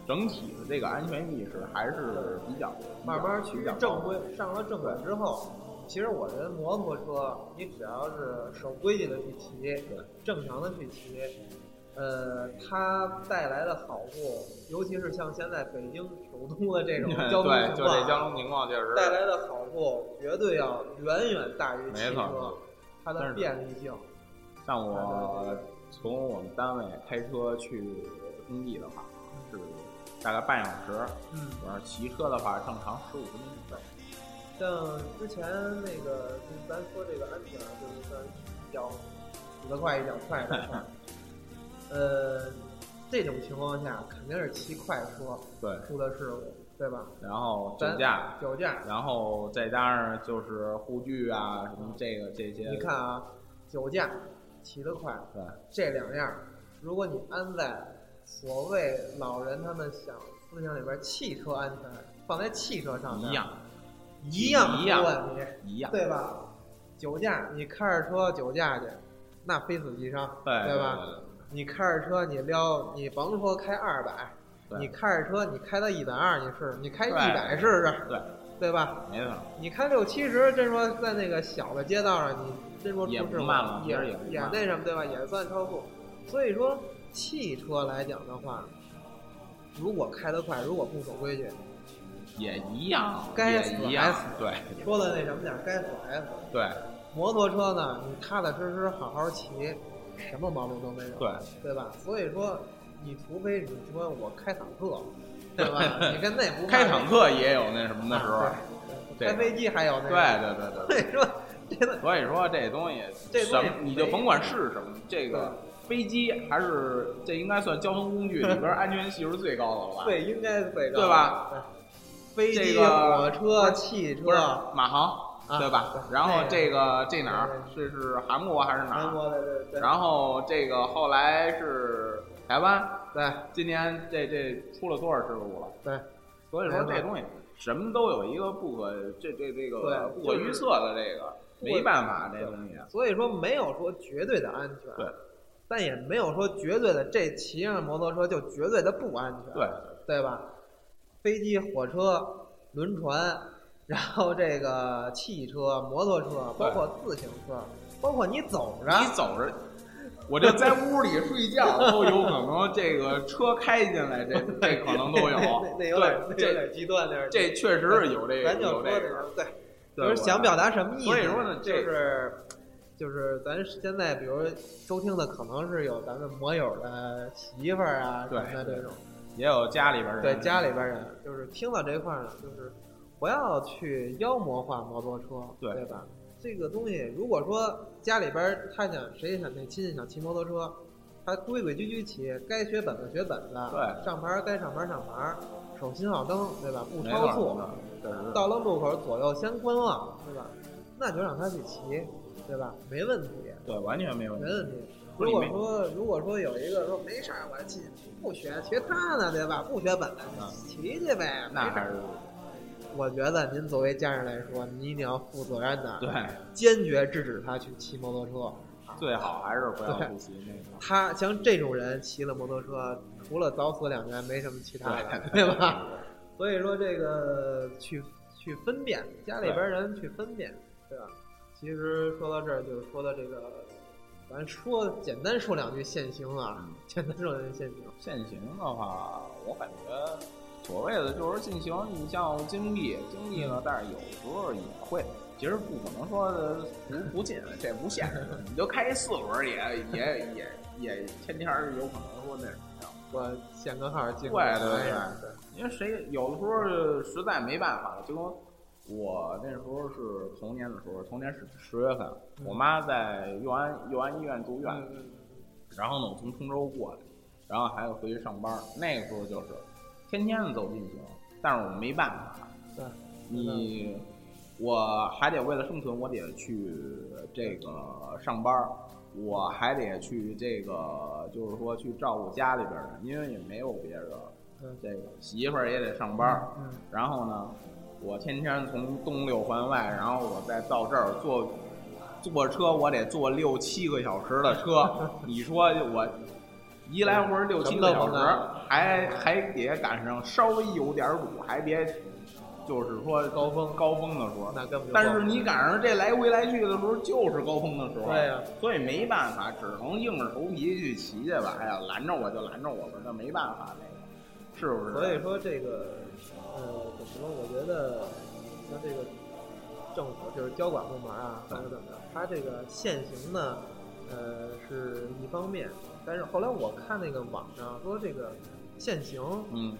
C: 整体的这个安全意识还是比较
B: 慢慢趋
C: 比
B: 于
C: 较
B: 正规，上了正轨之后，其实我觉得摩托车，你只要是守规矩的去骑，正常的去骑，呃，它带来的好处，尤其是像现在北京首都的这种交通
C: 对，
B: 情
C: 就这交
B: 况，
C: 通情况确实
B: 带来的好处绝对要远远大于骑
C: 没
B: 车
C: 错，
B: 它
C: 但
B: 的
C: 是
B: 便利性。
C: 像我从我们单位开车去工地的话，是大概半小时。
B: 嗯，
C: 我要骑车的话，正常十五分钟。
B: 像之前那个，就是咱说这个安全，就是说一脚死得快，一脚快的事 儿。呃，这种情况下肯定是骑快车
C: 对，
B: 出的事故，对吧？
C: 然后酒
B: 咱
C: 驾，
B: 酒驾，
C: 然后再加上就是护具啊什么这个这些，
B: 你看啊，酒驾、骑得快
C: 对
B: 这两样儿，如果你安在所谓老人他们想思想里边儿汽车安全放在汽车上面儿
C: 一样
B: 一样
C: 一样
B: 出问题。
C: 一样，
B: 对吧？酒驾，你开着车酒驾去，那非死即伤，
C: 对
B: 吧？你开着车，你撩，你甭说开二百，
C: 对
B: 你开着车，你开到一百二，你试试，你开一
C: 对
B: 百试试，
C: 对对，
B: 对吧？
C: 没错，
B: 你开六七十，真说在那个小的街道上，你真说出
C: 也
B: 事
C: 不
B: 故
C: 慢了
B: 也
C: 其实也不
B: 也
C: 慢
B: 那什么，对吧？也算超速。所以说，汽车来讲的话，如果开得快，如果不守规矩，
C: 也一样，
B: 该死
C: 也一样
B: 该死，
C: 对
B: 说的那什么点儿，该死该死。
C: 对
B: 摩托车呢，你踏踏实实好好骑，什么毛病都没有，
C: 对
B: 对吧？所以说，你除非你说我开坦克，对 吧？你跟那不
C: 开坦克也有那什么
B: 那
C: 的时候，对
B: 开飞机还有那
C: 对
B: 个，
C: 对对对
B: 所以说这个
C: 对所以说这东西，
B: 这东西
C: 什么你就甭管是什么，这个飞机还是这应该算交通工具里边安全系数最高的了吧？，
B: 对应该是最高的
C: 对吧？
B: 对飞机、
C: 这个
B: 火车、汽车，
C: 不是马航
B: 啊
C: 对吧？
B: 对
C: 然后
B: 这
C: 这个这哪儿？这是韩国还是哪
B: 韩
C: 儿？
B: 国的对对，
C: 然后这个后来是台湾，
B: 对
C: 今年这这出了多少事故了？
B: 对
C: 所以说这东西什么都有一个不可这这这个
B: 对
C: 不可预测的这个，
B: 就是
C: 没办法这东西。
B: 所以说没有说绝对的安全，
C: 对，
B: 但也没有说绝对的这骑上摩托车就绝对的不安全，
C: 对，
B: 对吧？飞机、火车、轮船，然后这个汽车、摩托车，包括自行车，包括你走着，
C: 你走着，我这在屋里睡觉都有可能，这个车开进 来，这这可能都有
B: 那。那有点那有
C: 对，
B: 点极端点，
C: 这这确实是有这个
B: 咱就
C: 有
B: 说
C: 这个。
B: 个对，
C: 对
B: 就是想表达什么意思？
C: 所以说呢这
B: 就是就是咱现在，比如收听的可能是有咱们摩友的媳妇儿啊什
C: 对
B: 么的这种，
C: 也有家里边人，
B: 对家里边人，就是听到这块儿呢，就是不要去妖魔化摩托车，对
C: 对
B: 吧？这个东西，如果说家里边儿他想谁想那亲戚想骑摩托车，他规规矩矩骑，该学本子学本子，
C: 对
B: 上牌儿该上牌儿上牌儿，手心好灯，对吧？不
C: 没
B: 超
C: 错
B: 速，
C: 确实是
B: 到了路口左右先观望，对吧？那就让他去骑，对吧？没问题，
C: 对，完全没问
B: 没
C: 题。
B: 问题。
C: 不
B: 如
C: 理
B: 果
C: 没
B: 说如果说有一个说没事儿，我骑不学学他呢，对吧？不学本子
C: 啊，
B: 骑去呗。
C: 那
B: 没事
C: 还
B: 儿
C: 是
B: 我觉得您作为家人来说，您一定要负责任的，
C: 对，
B: 坚决制止他去骑摩托车。
C: 最好还是不要复习那个。
B: 他像这种人骑了摩托车，除了早死两年，没什么其他的，
C: 对
B: 对吧？所以说这个去去分辨，家里边人去分辨，对吧？其实说到这儿，就是说到这个，咱说简单说两句现行啊
C: 嗯，
B: 简单说两句现行，
C: 限行的话，我感觉所谓的就是进行，你像经济，经济呢，但是有时候也会，其实不可能说呃不不进，这不现实。你就开一四轮儿也也也也天天儿有可能说那什么呀。
B: 我限个号进，
C: 对对
B: 哎呀
C: 对因为谁有的时候实在没办法了，就跟我那时候是童年的时候，童年是十月份，
B: 嗯
C: 我妈在佑安佑安医院住院，
B: 嗯嗯
C: 然后呢，我从通州过来，然后还得回去上班。那个时候就是天天的走进行，但是我没办法，
B: 对，
C: 你我还得为了生存，我得去这个上班儿，我还得去这个就是说去照顾家里边儿的，因为也没有别人了
B: 嗯。
C: 这个媳妇儿也得上班儿，
B: 嗯
C: 然后呢，我天天从东六环外，然后我再到这儿坐坐车，我得坐六七个小时的车。你说我一来回六七个小
B: 什么都甭
C: 时
B: 干，
C: 还还得赶上稍微有点堵，还别就是说高峰高峰的时候。
B: 那根本就
C: 但是你啊赶上这来回来去的时候，就是高峰的时候，
B: 对呀啊
C: 所以没办法，只能硬着头皮去骑去吧。哎呀，拦着我就拦着我吧，那没办法，那个是不是？
B: 所以说这个，呃，怎么说？我觉得像这个政府就是交管部门啊，或者怎么着，它这个限行呢，呃，是一方面。但是后来我看那个网上说，这个限行
C: 嗯，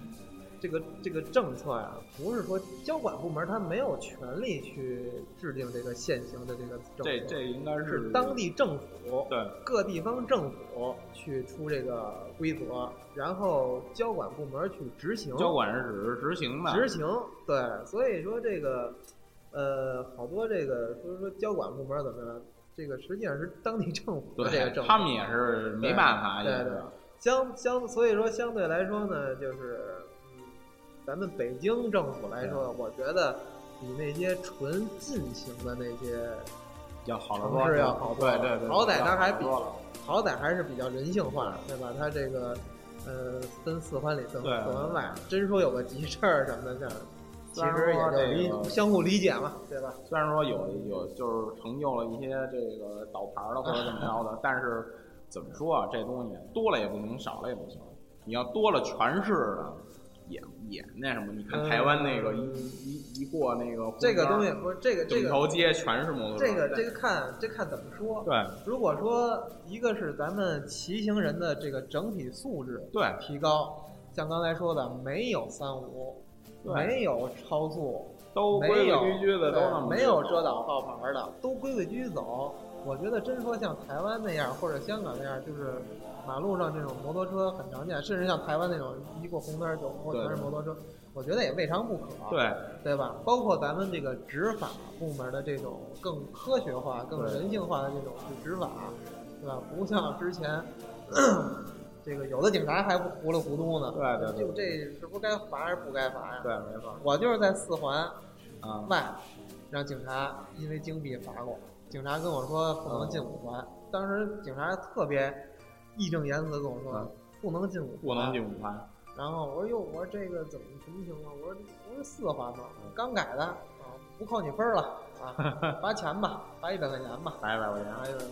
B: 这个这个政策呀、不是说交管部门它没有权利去制定这个限行的这个政策，
C: 这这应该
B: 是当地政府
C: 对
B: 各地方政府去出这个规则，然后交管部门去执行。
C: 交管是指执行的，
B: 执行，对，所以说这个，呃，好多这个，所以说交管部门怎么样，这个实际上是当地政府的这个政
C: 对，
B: 策，
C: 他们也是没办法，也
B: 对对
C: 是
B: 相相，所以说相对来说呢，就是，嗯，咱们北京政府来说，我觉得比那些纯进行的那些
C: 要好得
B: 城
C: 多，
B: 市要好多
C: 对
B: 了，
C: 对对，
B: 好歹它还
C: 要
B: 比
C: 好得多
B: 好歹还是比较人性化，对吧？它这个呃分四环里分四
C: 对
B: 环外，真说有个急事儿什么的，这样其
C: 虽然
B: 实
C: 说
B: 也
C: 这
B: 就
C: 个
B: 理相互理解嘛，对吧？
C: 虽然说有有就是成就了一些这个倒牌儿的或者怎么着的，但是怎么说啊，这东西多了也不行，少了也不行。你要多了全是的，也也那什么。你看台湾那个一一一过那个红
B: 嗯这个
C: 灯
B: 东西，不是这个这
C: 整
B: 个
C: 条街全是摩托车。
B: 这个这个看这看怎么说。
C: 对
B: 如果说一个是咱们骑行人的这个整体素质
C: 对
B: 提高，像刚才说的，没有三无，
C: 对
B: 没有超速，
C: 都规
B: 没
C: 规
B: 有
C: 矩矩的，都
B: 对
C: 那么
B: 没有遮挡号牌的，都规规矩矩走。我觉得真说像台湾那样或者香港那样，就是马路上这种摩托车很常见，甚至像台湾那种一过红灯儿就
C: 对
B: 全是摩托车，我觉得也未尝不可。
C: 对
B: 对吧？包括咱们这个执法部门的这种更科学化、更
C: 对
B: 人性化的这种去执法，对吧？不像之前 这个有的警察还不糊里糊涂呢。
C: 对对对
B: 就这是不该罚还是不该罚呀？
C: 对，没错
B: 我就是在四环
C: 啊，
B: 外让警察因为经币罚过，警察跟我说不能进五
C: 哦
B: 环，当时警察特别义正言辞地跟我说
C: 嗯
B: 不能进五环，
C: 不能进五环。
B: 然后我说哟，我说这个怎么什么情况？我说不是四环吗？刚改的啊，不扣你分儿了啊，罚钱吧，罚一百块钱吧，
C: 来一百块钱，
B: 罚一百块钱。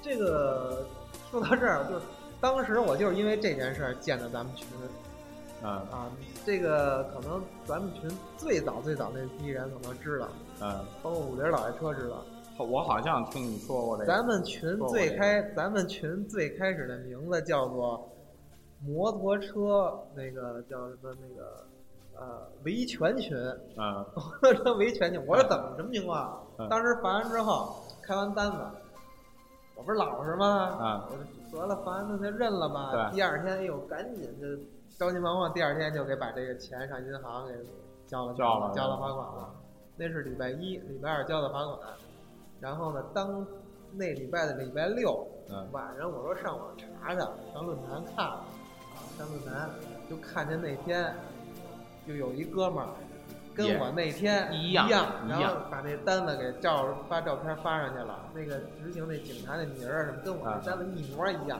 B: 这个说到这儿，就是当时我就是因为这件事儿建的咱们群
C: 嗯
B: 啊，这个可能咱们群最早最早那批人可能知道，
C: 嗯，
B: 包括五菱老爷车知道。
C: 我好像听你说过这个，
B: 咱们群最开，咱们群最开始的名字叫做摩托车那个叫什么那个呃维权群，
C: 嗯
B: 摩托车维权群。我说怎么什么情况啊
C: 嗯？
B: 当时罚完之后开完单子，我不是老实吗
C: 啊？
B: 我就得了罚完那就认了吧。
C: 对
B: 第二天，哎呦，赶紧就着急忙慌，第二天就给把这个钱上银行给交了
C: 交了嗯
B: 交了罚款了。那是礼拜一、礼拜二交的罚款，然后呢，当那礼拜的礼拜六
C: 嗯
B: 晚上，我说上网查查，上论坛看了，啊，上论坛就看见那天就有一哥们儿跟
C: 也
B: 我那天
C: 一
B: 样
C: 样，
B: 然
C: 一
B: 后
C: 样
B: 把那单子给照发照片发上去了，那个执行那警察那名儿啊什么，跟我那
C: 啊
B: 单子一模一样，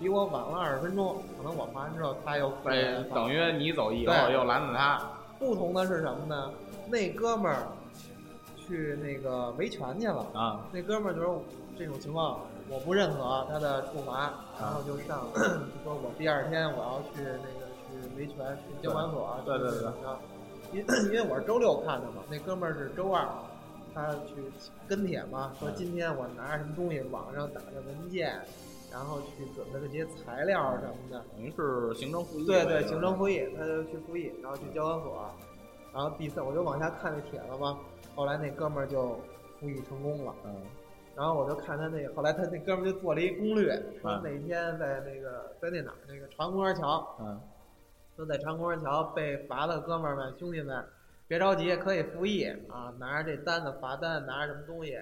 B: 比我晚了二十分钟，可能我发完之后他又被
C: 哎，等于你走以后
B: 对
C: 又拦着他，
B: 不同的是什么呢？那哥们儿去那个维权去了，
C: 啊
B: 那哥们儿就说这种情况我不认可啊他的处罚，然后就上
C: 啊
B: 就说我第二天我要去那个去维权去交管所啊，
C: 对对对对
B: 对，因因为 我是周六看的嘛，那哥们儿是周二。他去跟帖嘛，
C: 嗯
B: 说今天我拿着什么东西，网上打着文件，然后去准备这些材料啊什么的，
C: 等于是行政复议，
B: 对对，行政复议，他就去复议，然后去交管所，啊然后第三我就往下看那帖子嘛，后来那哥们儿就复议成功了，
C: 嗯，
B: 然后我就看他那个，后来他那哥们儿就做了一攻略，说哪天在那个在那哪儿那个长公园桥，
C: 嗯
B: 说在长公园桥被罚的哥们儿们兄弟们，别着急，可以复议啊，拿着这单子罚单，拿着什么东西。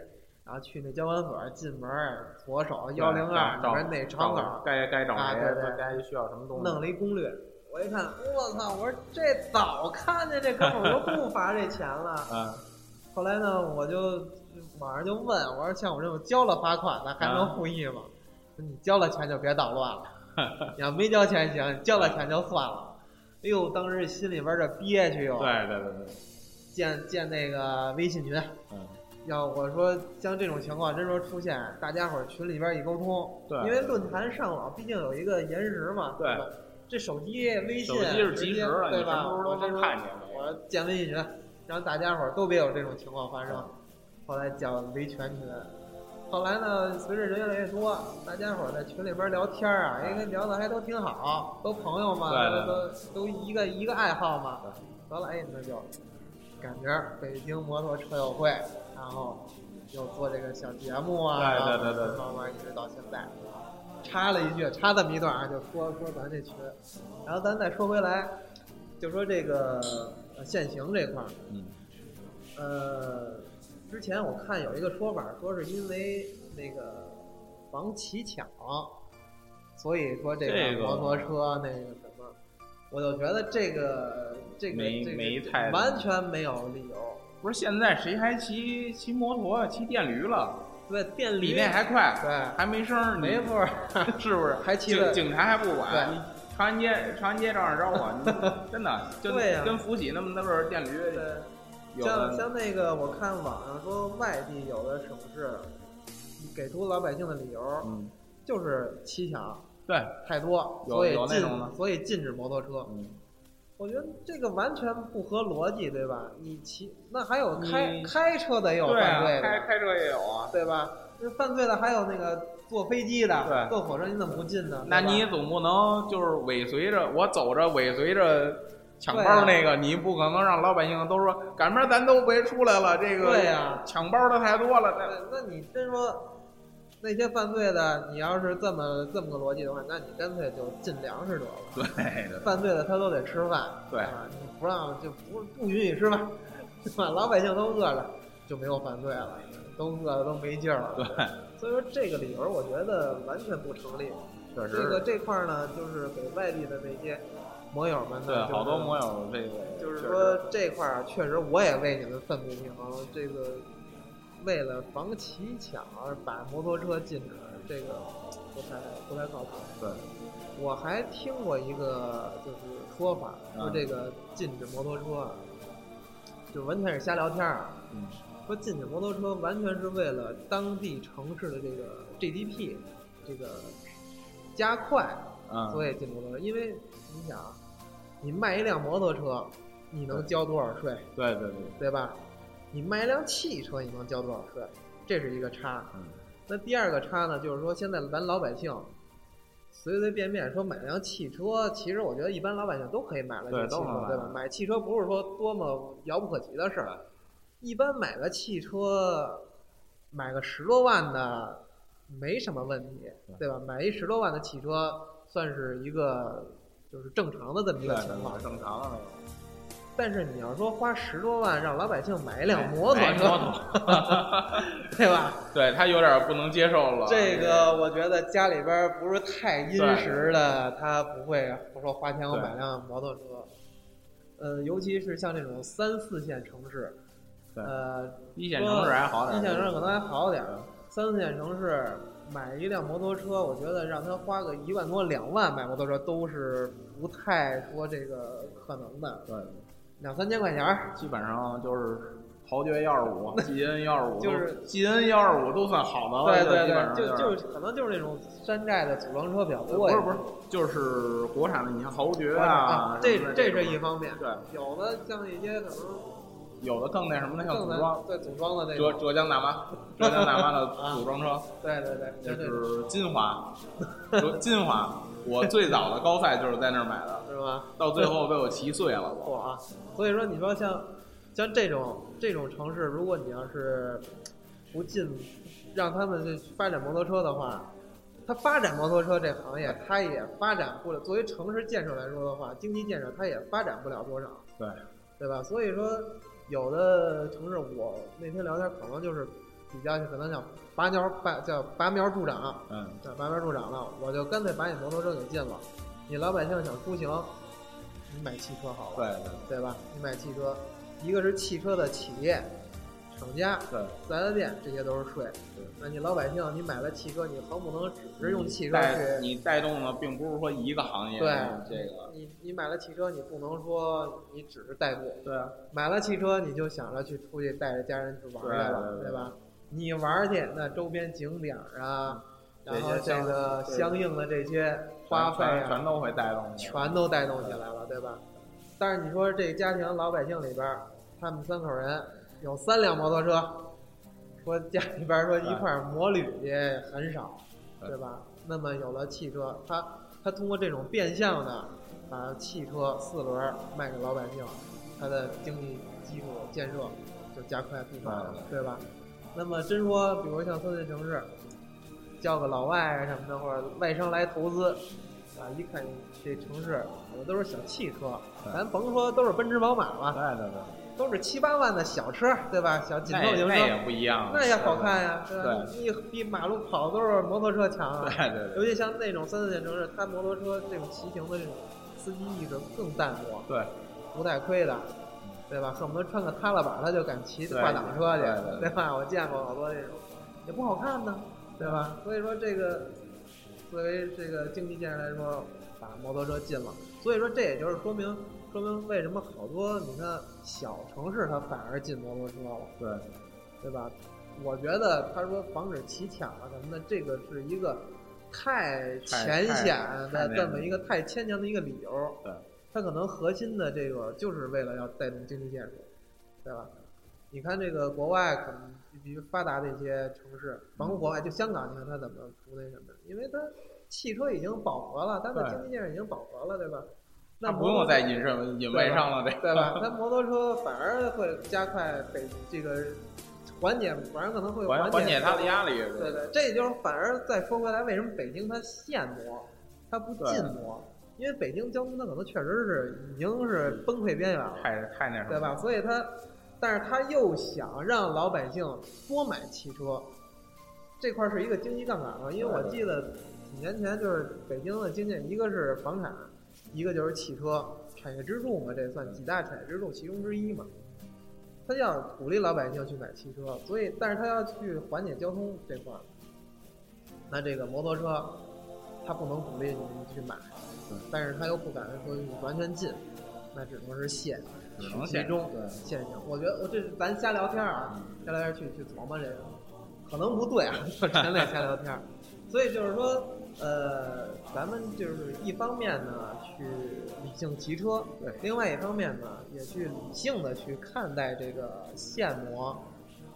B: 然后去那交管所，进门儿左手幺零二里
C: 找
B: 边那长
C: 找
B: 稿，
C: 该该找
B: 啊
C: 谁
B: 对对，
C: 该需要什么东西，
B: 弄了一攻略。我一看，我操！我说这早看见这哥们儿，我就不罚这钱了。
C: 嗯
B: 后来呢，我就网上就问我说：“像我这种交了罚款的，还
C: 啊
B: 能复议吗？”说你交了钱就别捣 乱了，你要没交钱行，你交了钱就算了。哎呦，当时心里边儿这憋屈哟。
C: 对对对对，
B: 建建那个微信群，
C: 嗯
B: 要我说像这种情况真说出现，大家伙儿群里边一沟通，
C: 对
B: 因为论坛上网毕竟有一个延时嘛，
C: 对
B: 吧？这手机微信
C: 手机是及时的，
B: 直接对
C: 你什
B: 吧？
C: 么时候
B: 我
C: 都
B: 这时
C: 能
B: 候
C: 看见的。
B: 我建微信群，让大家伙儿都别有这种情况发
C: 嗯
B: 生。后来叫维权群，后来呢，随着人越来越多，大家伙儿在群里边聊天儿啊，因为聊的还都挺好，都朋友嘛，
C: 嗯对对
B: 都都都一个一个爱好嘛。得了，哎，那就赶明儿北京摩托车友会，然后又做这个小节目啊，
C: 对
B: 然后
C: 对对对
B: 慢慢一直到现在。插了一句，插这么一段啊，就说说咱这群，然后咱再说回来，就说这个呃限行这块儿，
C: 嗯，
B: 呃，之前我看有一个说法，说是因为那个防骑抢，所以说这
C: 这
B: 个
C: 个
B: 摩托车那个什么，我就觉得这个这个
C: 没
B: 这个
C: 没太
B: 完全没有理由。
C: 不是现在谁还骑骑摩托骑电驴了？
B: 对，电
C: 比
B: 驴
C: 那还嗯快，
B: 对，
C: 还没声儿，
B: 没
C: 你
B: 错儿，
C: 是不是？
B: 还骑
C: 警
B: 着
C: 警察还不管，
B: 对
C: 你长安街长安街照样招我， 你真的就
B: 对呀
C: 跟福喜那么大个儿电驴，
B: 对。
C: 有
B: 像
C: 的
B: 像那个，我看网上说外地有的省市给出老百姓的理由
C: 嗯，
B: 就是骑抢
C: 对，
B: 太多，
C: 有
B: 所以
C: 有那
B: 禁
C: 种的
B: 所以禁止摩托车。
C: 嗯，
B: 我觉得这个完全不合逻辑，对吧？你骑那还有开开车的也有
C: 对
B: 犯
C: 啊，
B: 罪的，
C: 开开车也有啊。
B: 对吧？那犯罪的还有那个坐飞机的，
C: 对
B: 坐火车你怎么不进呢？
C: 那
B: 对吧
C: 你总不能就是尾随着我走着尾随着抢
B: 啊
C: 包那个，你不可能让老百姓都说赶明儿咱都别出来了，这个
B: 对啊呀
C: 抢包的太多了。那
B: 对，那你真说那些犯罪的，你要是这么这么个逻辑的话，那你干脆就进粮食得了。
C: 对的，
B: 犯罪的他都得吃饭，
C: 对
B: 啊，你不让就不不允许吃饭， 对吧？老百姓都饿着，就没有犯罪了，都饿的都没劲儿了。对，所以说这个理由我觉得完全不成立。
C: 确
B: 这个
C: 实，
B: 这块儿呢，就是给外地的那些摩友们呢，
C: 对
B: 就是
C: 好多摩友这个
B: 就是
C: 确实
B: 说这块儿确实我也为你们愤不平衡，这个为了防骑抢而把摩托车禁止，这个不太不太靠谱。
C: 对，
B: 我还听过一个就是说法，说
C: 啊
B: 这个禁止摩托车啊，就完全是瞎聊天儿啊。
C: 嗯
B: 说禁止摩托车完全是为了当地城市的这个 GDP 这个加快，
C: 嗯，
B: 所以禁止摩托车。因为你想，啊，你卖一辆摩托车，你能交多少税，
C: 对对对，
B: 对吧？你卖一辆汽车，你能交多少税？这是一个差。
C: 嗯
B: 那第二个差呢，就是说现在咱老百姓随随便便说买辆汽车，其实我觉得一般老百姓都可以买了这
C: 对
B: 个汽
C: 都能
B: 车，
C: 买
B: 对吧？买汽车不是说多么遥不可及的事儿，一般买个汽车，买个十多万的没什么问题，对吧？买一十多万的汽车算是一个就是正常的这么一
C: 对
B: 个
C: 对
B: 情况
C: 对，，正常的
B: 但是你要说花十多万让老百姓买一
C: 那
B: 辆
C: 个
B: 摩托
C: 哎
B: 车，
C: 摩托
B: 对吧？
C: 对他有点不能接受了。
B: 这个我觉得家里边儿不是太殷实的，他不会说花钱我
C: 对
B: 买辆摩托车。呃，尤其是像这种三四线城市，
C: 对
B: 呃，
C: 一线城市还好点儿，
B: 一线城市可能还好点儿，三四线城市买一辆摩托车，我觉得让他花个一万多两万买摩托车都是不太说这个可能的，
C: 对。
B: 两三千块钱儿，
C: 基本上就是豪爵幺二五、 基恩幺二五，
B: 就是
C: 基恩幺二五都算好的了。
B: 对对
C: 基本上
B: 对，就
C: 就是
B: 就可能就是那种山寨的组装车比较
C: 不
B: 多一
C: 是
B: 点，
C: 不是，就是国产的，你像豪爵
B: 啊，
C: 什
B: 这
C: 么的
B: 这
C: 种
B: 是一方面。
C: 对，
B: 有的像一些可能
C: 有的更那什么的，像
B: 更
C: 组
B: 难
C: 装
B: 对组装的那
C: 浙
B: 种，
C: 浙江大妈，浙江大妈的组装车，
B: 对对对，
C: 就
B: 就是
C: 金华，说金华，我最早的高赛就是在那儿买的，
B: 是吧？
C: 到最后被我骑碎了都。
B: 错啊，所以说你说像像这种这种城市，如果你要是不进，让他们去发展摩托车的话，它发展摩托车这行业，它也发展不了。作为城市建设来说的话，经济建设它也发展不了多少，
C: 对
B: 对吧？所以说，有的城市我那天聊天可能就是比较可能想拔苗拔叫拔苗助长，
C: 嗯，
B: 这拔苗助长了，我就干脆把你摩托车给禁了。你老百姓想出行，你买汽车好了，
C: 对对
B: 对吧？你买汽车，一个是汽车的企业、厂家、
C: 对，
B: 四 S 店，这些都是税。那你老百姓，你买了汽车，你横不能只是用汽车
C: 带
B: 去？
C: 你带动的并不是说一个行业，
B: 对
C: 这个
B: 你你买了汽车，你不能说你只是代步。
C: 对啊，
B: 买了汽车，你就想着去出去带着家人去玩儿去了，
C: 对对对
B: 吧？你玩儿去，那周边景点儿啊，然后
C: 这些
B: 这个
C: 对
B: 相应的这些花费
C: 全
B: 啊，
C: 全全都会带动的，
B: 全都带动起来了，对吧？但是你说这家庭老百姓里边儿，他们三口人有三辆摩托车，说家里边儿说一块儿摩旅也很少，
C: 对
B: 对吧？那么有了汽车，他他通过这种变相的把汽车四轮儿卖给老百姓，他的经济基础建设就加快步伐了，对吧？那么真说，比如像三线城市，叫个老外啊什么的，或者外商来投资，啊，一看这城市有的都是小汽车，
C: 对
B: 咱甭说都是奔驰、宝马了，
C: 对对对。
B: 都是七八万的小车，对吧？小紧
C: 那
B: 凑
C: 也
B: 型车
C: 那，也不一样，
B: 那也好看呀、对吧？
C: 对
B: 你比马路跑都是摩托车强啊。
C: 对对
B: 尤
C: 对
B: 其像那种三四线城市，他摩托车这种骑行的这种司机意识更淡漠，
C: 对，
B: 不带亏的，对吧？恨不得穿个踏拉板他就敢骑
C: 对
B: 挂挡车去，
C: 对对对
B: 吧？我见过好多这种，也不好看呢，对吧？所以说这个作为这个经济建设来说，把摩托车禁了，所以说这也就是说明说明为什么好多你看小城市它反而禁摩托车了。
C: 对
B: 对吧？我觉得他说防止骑抢啊什么的，这个是一个太浅显
C: 太太
B: 的
C: 那
B: 这
C: 个
B: 么一个太牵强的一个理由。
C: 对，
B: 它可能核心的这个就是为了要带动经济建设，对吧？你看这个国外可能比如发达的一些城市，甭国外就香港，你看它怎么不那什么？因为它汽车已经饱和了，它的
C: 对
B: 经济建设已经饱和了，对吧？那
C: 那不
B: 摩托
C: 用
B: 车
C: 再引申引外上了，得
B: 对吧？那摩托车反而会加快北这个缓解，反而可能会
C: 缓
B: 缓
C: 缓解他的压力。
B: 对对，这也就是反而再说回来，为什么北京它限摩，它不禁摩？因为北京交通它可能确实是已经是崩溃边缘了，
C: 太太那什么
B: 对
C: 了，
B: 吧？所以它，但是它又想让老百姓多买汽车，这块儿是一个经济杠杆嘛。因为我记得几年前就是北京的经济，一个是房产，一个就是汽车，产业支柱嘛，这算几大产业支柱其中之一嘛。他要鼓励老百姓去买汽车，所以，但是他要去缓解交通这块儿，那这个摩托车，他不能鼓励你去买，但是他又不敢说你完全禁，那只能是限，
C: 只能
B: 其
C: 限
B: 中
C: 对嗯
B: 限行。我觉得我这是咱瞎聊天儿啊，瞎聊天儿去去琢磨这个，可能不对啊，就纯粹瞎聊天儿。所以就是说，呃，咱们就是一方面呢去理性骑车，
C: 对
B: 另外一方面呢也去理性的去看待这个限摩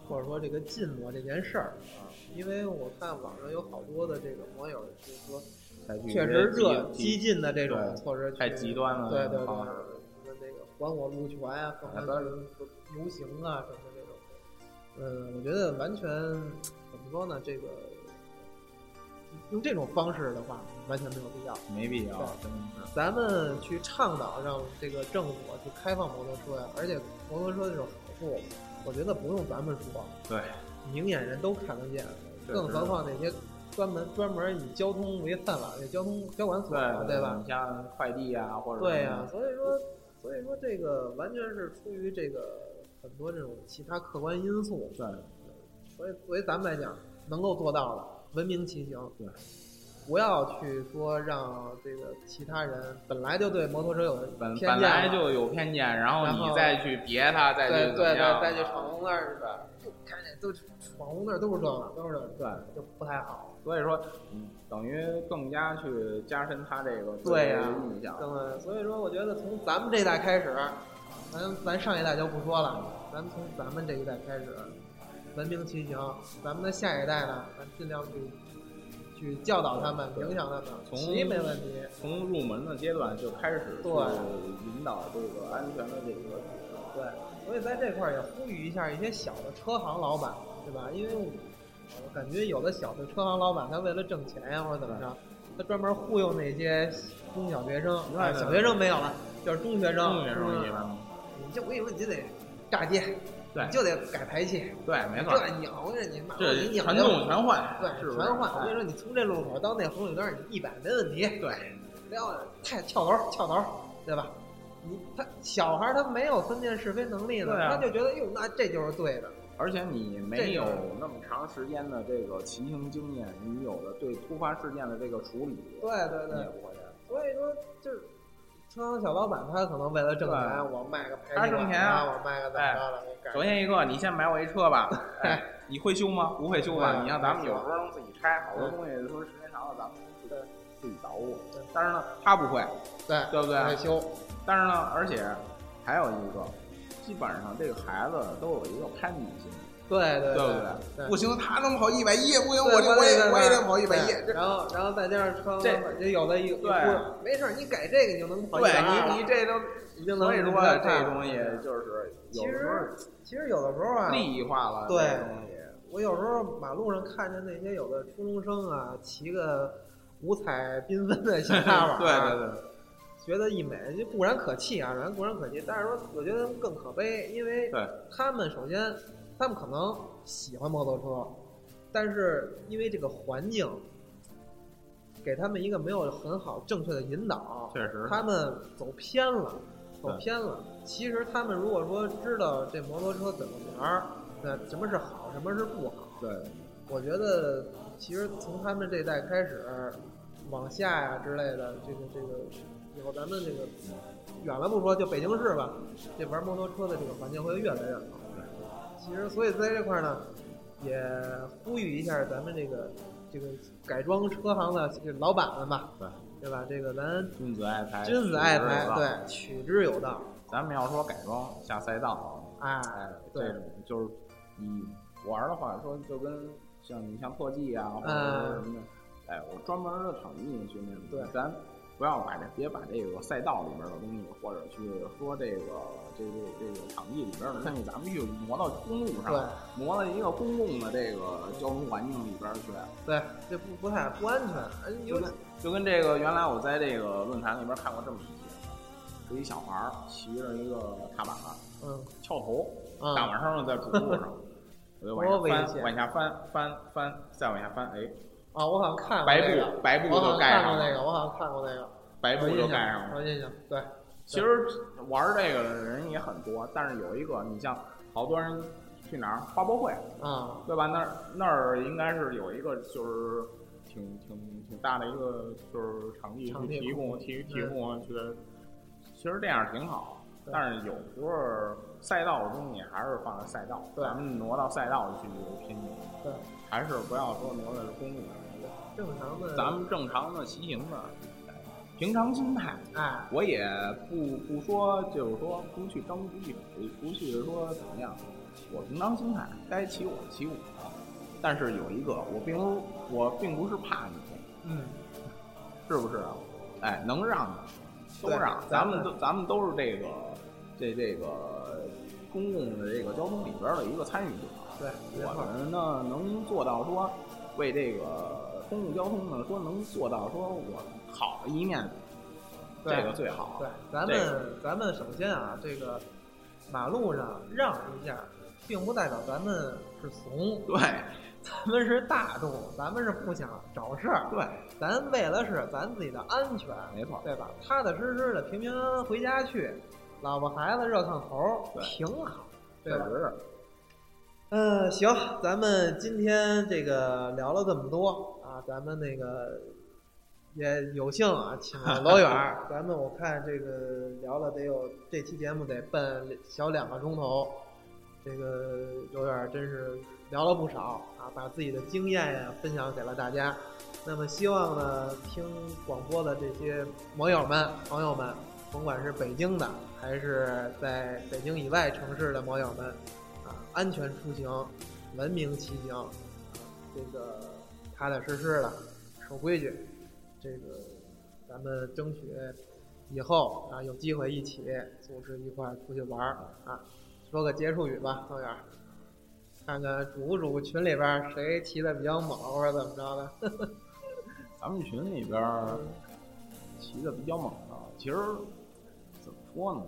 B: 或者说这个禁摩这件事儿啊，因为我看网上有好多的这个网友就是说，
C: 采取
B: 确实
C: 一些
B: 热激进的这种
C: 对
B: 措施去
C: 太极端了
B: 对对对，
C: 好哎
B: 什么那个还我路权啊，还我游行啊什么这种，呃，我觉得完全怎么说呢，这个用这种方式的话，完全没有必要。
C: 没必要
B: 对，
C: 真的是
B: 咱们去倡导让这个政府啊去开放摩托车呀、而且摩托车这种好处，我觉得不用咱们说，
C: 对，
B: 明眼人都看得见，
C: 确实
B: 更何况那些专门专门以交通为饭碗的交通交管所啊，对吧
C: 你？像快递啊，或者
B: 对呀、所以说所以说这个完全是出于这个很多这种其他客观因素，
C: 对
B: 所以所以咱们来讲，能够做到的文明骑行，
C: 对，
B: 不要去说让这个其他人本来就对摩托车有
C: 本
B: 偏见
C: 本
B: 嘛
C: 来就有偏见，然后
B: 然后
C: 你再去别他，再
B: 对对
C: 去怎么
B: 对，
C: 样啊
B: 再去闯红灯儿是吧？不看见都是闯红灯儿都是这个，都是这个，
C: 对，
B: 就不太好。
C: 所以说，嗯，等于更加去加深他这个
B: 对呀、
C: 印象。
B: 对，所以说我觉得从咱们这一代开始，咱咱上一代就不说了，咱从咱们这一代开始，文明骑行，咱们的下一代呢，咱尽量去去教导他们，影响他们，
C: 从
B: 骑没问题，
C: 从入门的阶段就开始去
B: 对
C: 引导这个安全的这个
B: 对，所以在这块儿也呼吁一下一些小的车行老板，对吧？因为我我感觉有的小的车行老板，他为了挣钱呀或者怎么着，他专门忽悠那些中小学生，啊，小学生没有了，就是中学生，
C: 中学生一
B: 是吧
C: 般。
B: 你就我跟你说，你就得炸街，
C: 对
B: 你就得改排气，
C: 对，没错，
B: 这鸟着你，妈的
C: 这
B: 你鸟
C: 传
B: 就
C: 动全换，
B: 对
C: 是不是
B: 全换。我跟你说，你从这路口到那红绿灯，你一百没问题。对，撩着太翘头翘头，对吧？你他小孩他没有分辨是非能力呢，
C: 对
B: 他
C: 啊
B: 就觉得哟，那这就是对的。
C: 而且你
B: 这
C: 没
B: 个
C: 有那么长时间的这个骑行经验，你有的对突发事件的这个处理，
B: 对对
C: 你也
B: 对，
C: 不会这样。
B: 所以说就是。车行小老板他可能为了挣
C: 对
B: 钱，我卖个排气
C: 他
B: 管
C: 挣钱啊
B: 我卖个怎么着的，我改
C: 首先一个，你先买我一车吧， 哎，你会修吗？不会修吧？
B: 对
C: 你像咱们有时候能自己拆，好多东西说时间长了咱们自己自己捣鼓
B: 对。
C: 但是呢，他不会。
B: 对
C: 对不啊对
B: 维修
C: 但是呢，而且还有一个，基本上这个孩子都有一个攀比心，
B: 对对
C: 对不
B: 对
C: 对？不行，他能跑一百一，不行，
B: 对
C: 哎我就我也
B: 对
C: 我也
B: 对
C: 得跑一百一。
B: 对然后然后再加上车行
C: 这
B: 老板这有的一
C: 对
B: 个，没事儿，你改这个你就能跑一百二
C: 对
B: 了
C: 你你这都，
B: 已经能
C: 所以说
B: 能
C: 这
B: 看
C: 东西
B: 了
C: 就是有
B: 其
C: 的时
B: 实
C: 候
B: 其实有的时候啊，
C: 利益化了，
B: 对
C: 这东西。
B: 我有时候马路上看见那些有的初中生啊，骑个五彩缤纷的小 踏板、啊，
C: 对对对，
B: 觉得一美，就固然可气啊，然固然可气，但是说我觉得他们更可悲，因为
C: 对
B: 他们首先他们可能喜欢摩托车，但是因为这个环境。给他们一个没有很好正确的引导，
C: 确实
B: 他们走偏了，走
C: 对
B: 偏了。其实他们如果说知道这摩托车怎么玩儿，那什么是好，什么是不好，
C: 对，
B: 我觉得其实从他们这代开始，往下呀、之类的，这个这个以后咱们这个远了不说，就北京市吧，这玩摩托车的这个环境会越来越好。其实，所以在这块儿呢，也呼吁一下咱们这个这个改装车行的这个老板们吧，
C: 对
B: 对吧？这个咱
C: 君子爱财，
B: 君子爱财对，取
C: 取之有，道
B: 之有道。
C: 咱们要说改装下赛道，
B: 哎
C: 哎，
B: 对
C: 这种就是以玩儿的话说，就跟像你像特技啊，或者是什么的，哎，我专门的场地去那种，
B: 嗯对
C: 咱不要把这别把这个赛道里边的东西，或者去说这个这个这个场地里边的东西，咱们去磨到公路
B: 对
C: 上，磨到一个公共的这个交通环境里边去，
B: 对，这不不太不安全。哎，你
C: 就
B: 有
C: 跟就跟这个原来我在这个论坛里边看过这么一些，是一小孩儿骑着一个踏板。
B: 嗯，
C: 翘头，
B: 嗯
C: 大晚上的在主路上，我就往
B: 多
C: 下
B: 危险
C: 翻，往下翻，翻翻，再往下翻，哎，
B: 啊，我好像看过
C: 白
B: 那
C: 布
B: 个
C: 白布
B: 我好
C: 就
B: 像
C: 盖
B: 看
C: 上
B: 过那
C: 了，
B: 个，我好像看过那个，
C: 白布
B: 有
C: 就
B: 印
C: 盖上
B: 象，有
C: 了。
B: 印象。对，
C: 其实玩这个的人也很多，但是有一个，你像好多人去哪儿花博会，
B: 啊，
C: 对吧？那儿那儿应该是有一个就是挺挺挺大的一个就是场地
B: 场地
C: 去提供提提供去，其实这样挺好。
B: 对
C: 但是有时候赛道的东西还是放在赛道，
B: 对
C: 咱们挪到赛道去拼去，
B: 对，
C: 还是不要说挪到公路上。
B: 正常的。
C: 咱们正常的骑行的，平常心态，
B: 哎，
C: 我也不不说，就是说不去争，不去不去说怎么样，我平常心态，该骑我骑我。但是有一个，我并不我并不是怕你，
B: 嗯，
C: 是不是？哎，能让你都
B: 对
C: 让，
B: 咱
C: 啊咱
B: 们
C: 们都咱们都是这个这这个公共的这个交通里边的一个参与者。
B: 对，没
C: 我
B: 错儿。
C: 们呢能做到说为这个公共交通呢说能做到说我好的一面，这
B: 对
C: 个最好。
B: 对，咱
C: 这
B: 们咱们首先啊，这个马路上让一下，并不代表咱们是怂，
C: 对。
B: 咱们是大众，咱们是不想找事儿，
C: 对，
B: 咱为了是咱自己的安全，
C: 没错，
B: 对吧？踏踏实实的，平平安安回家去，老婆孩子热炕头儿，
C: 对
B: 挺好，
C: 确
B: 对吧
C: 实？是。
B: 嗯，行，咱们今天这个聊了这么多啊，咱们那个也有幸啊，请了老远儿，咱们我看这个聊了得有这期节目得奔小两个钟头，这个有点儿真是聊了不少啊，把自己的经验呀分享给了大家。那么希望呢，听广播的这些网友们、朋友们，甭管是北京的还是在北京以外城市的网友们，啊，安全出行，文明骑行，啊这个踏踏实实的守规矩，这个咱们争取以后啊有机会一起组织一块儿出去玩儿啊。说个结束语吧，老远儿，看看主不主群里边儿谁骑的比较猛或者怎么着的。
C: 咱们群里边儿骑的比较猛的，其实怎么说呢？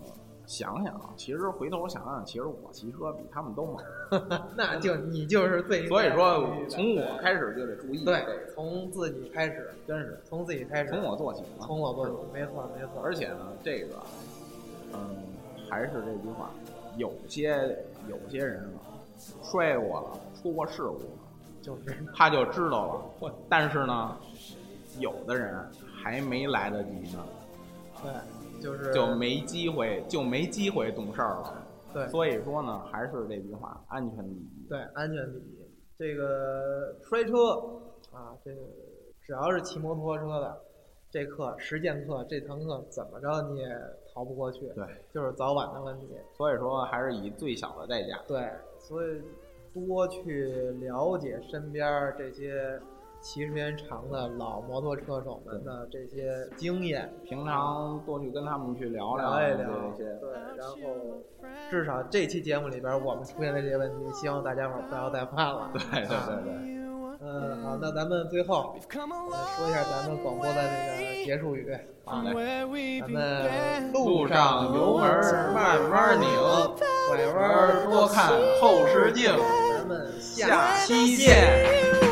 C: 想想，其实回头想想，其实我骑车比他们都猛，
B: 那就你就是最，
C: 嗯所以说从我开始就得注意。
B: 对，从自己开始，
C: 真是
B: 从自己开始，
C: 从我做起嘛。
B: 从我做起，没错没错，
C: 而且呢，这个，嗯，还是这句话，有些有些人啊，摔过了，出过事故了，
B: 就是
C: 他就知道 了。但是呢，有的人还没来得及呢，
B: 对，就是
C: 就没机会，就没机会懂事儿了。
B: 对
C: 所以说呢，还是这句话，安全第一。
B: 对，安全第一。这个摔车啊，这个只要是骑摩托车的，这课实践课这堂课怎么着你也逃不过去，
C: 对，
B: 就是早晚的问题。
C: 所以说还是以最小的代价。
B: 对，所以多去了解身边儿这些骑时间长的老摩托车手们的这些经验，
C: 平常多去跟他们去聊
B: 聊一
C: 这
B: 聊
C: 些，
B: 对，然后至少这期节目里边儿我们出现的这些问题，希望大家伙儿不要再犯了。啊对
C: 对对对对。
B: 嗯，好，那咱们最后、呃说一下咱们广播的这个结束语啊，咱们
C: 路上油门儿慢慢拧，
B: 拐
C: 拐
B: 弯
C: 弯
B: 儿
C: 儿多看后视镜。
B: 咱们下
C: 下
B: 期
C: 期
B: 见
C: 见。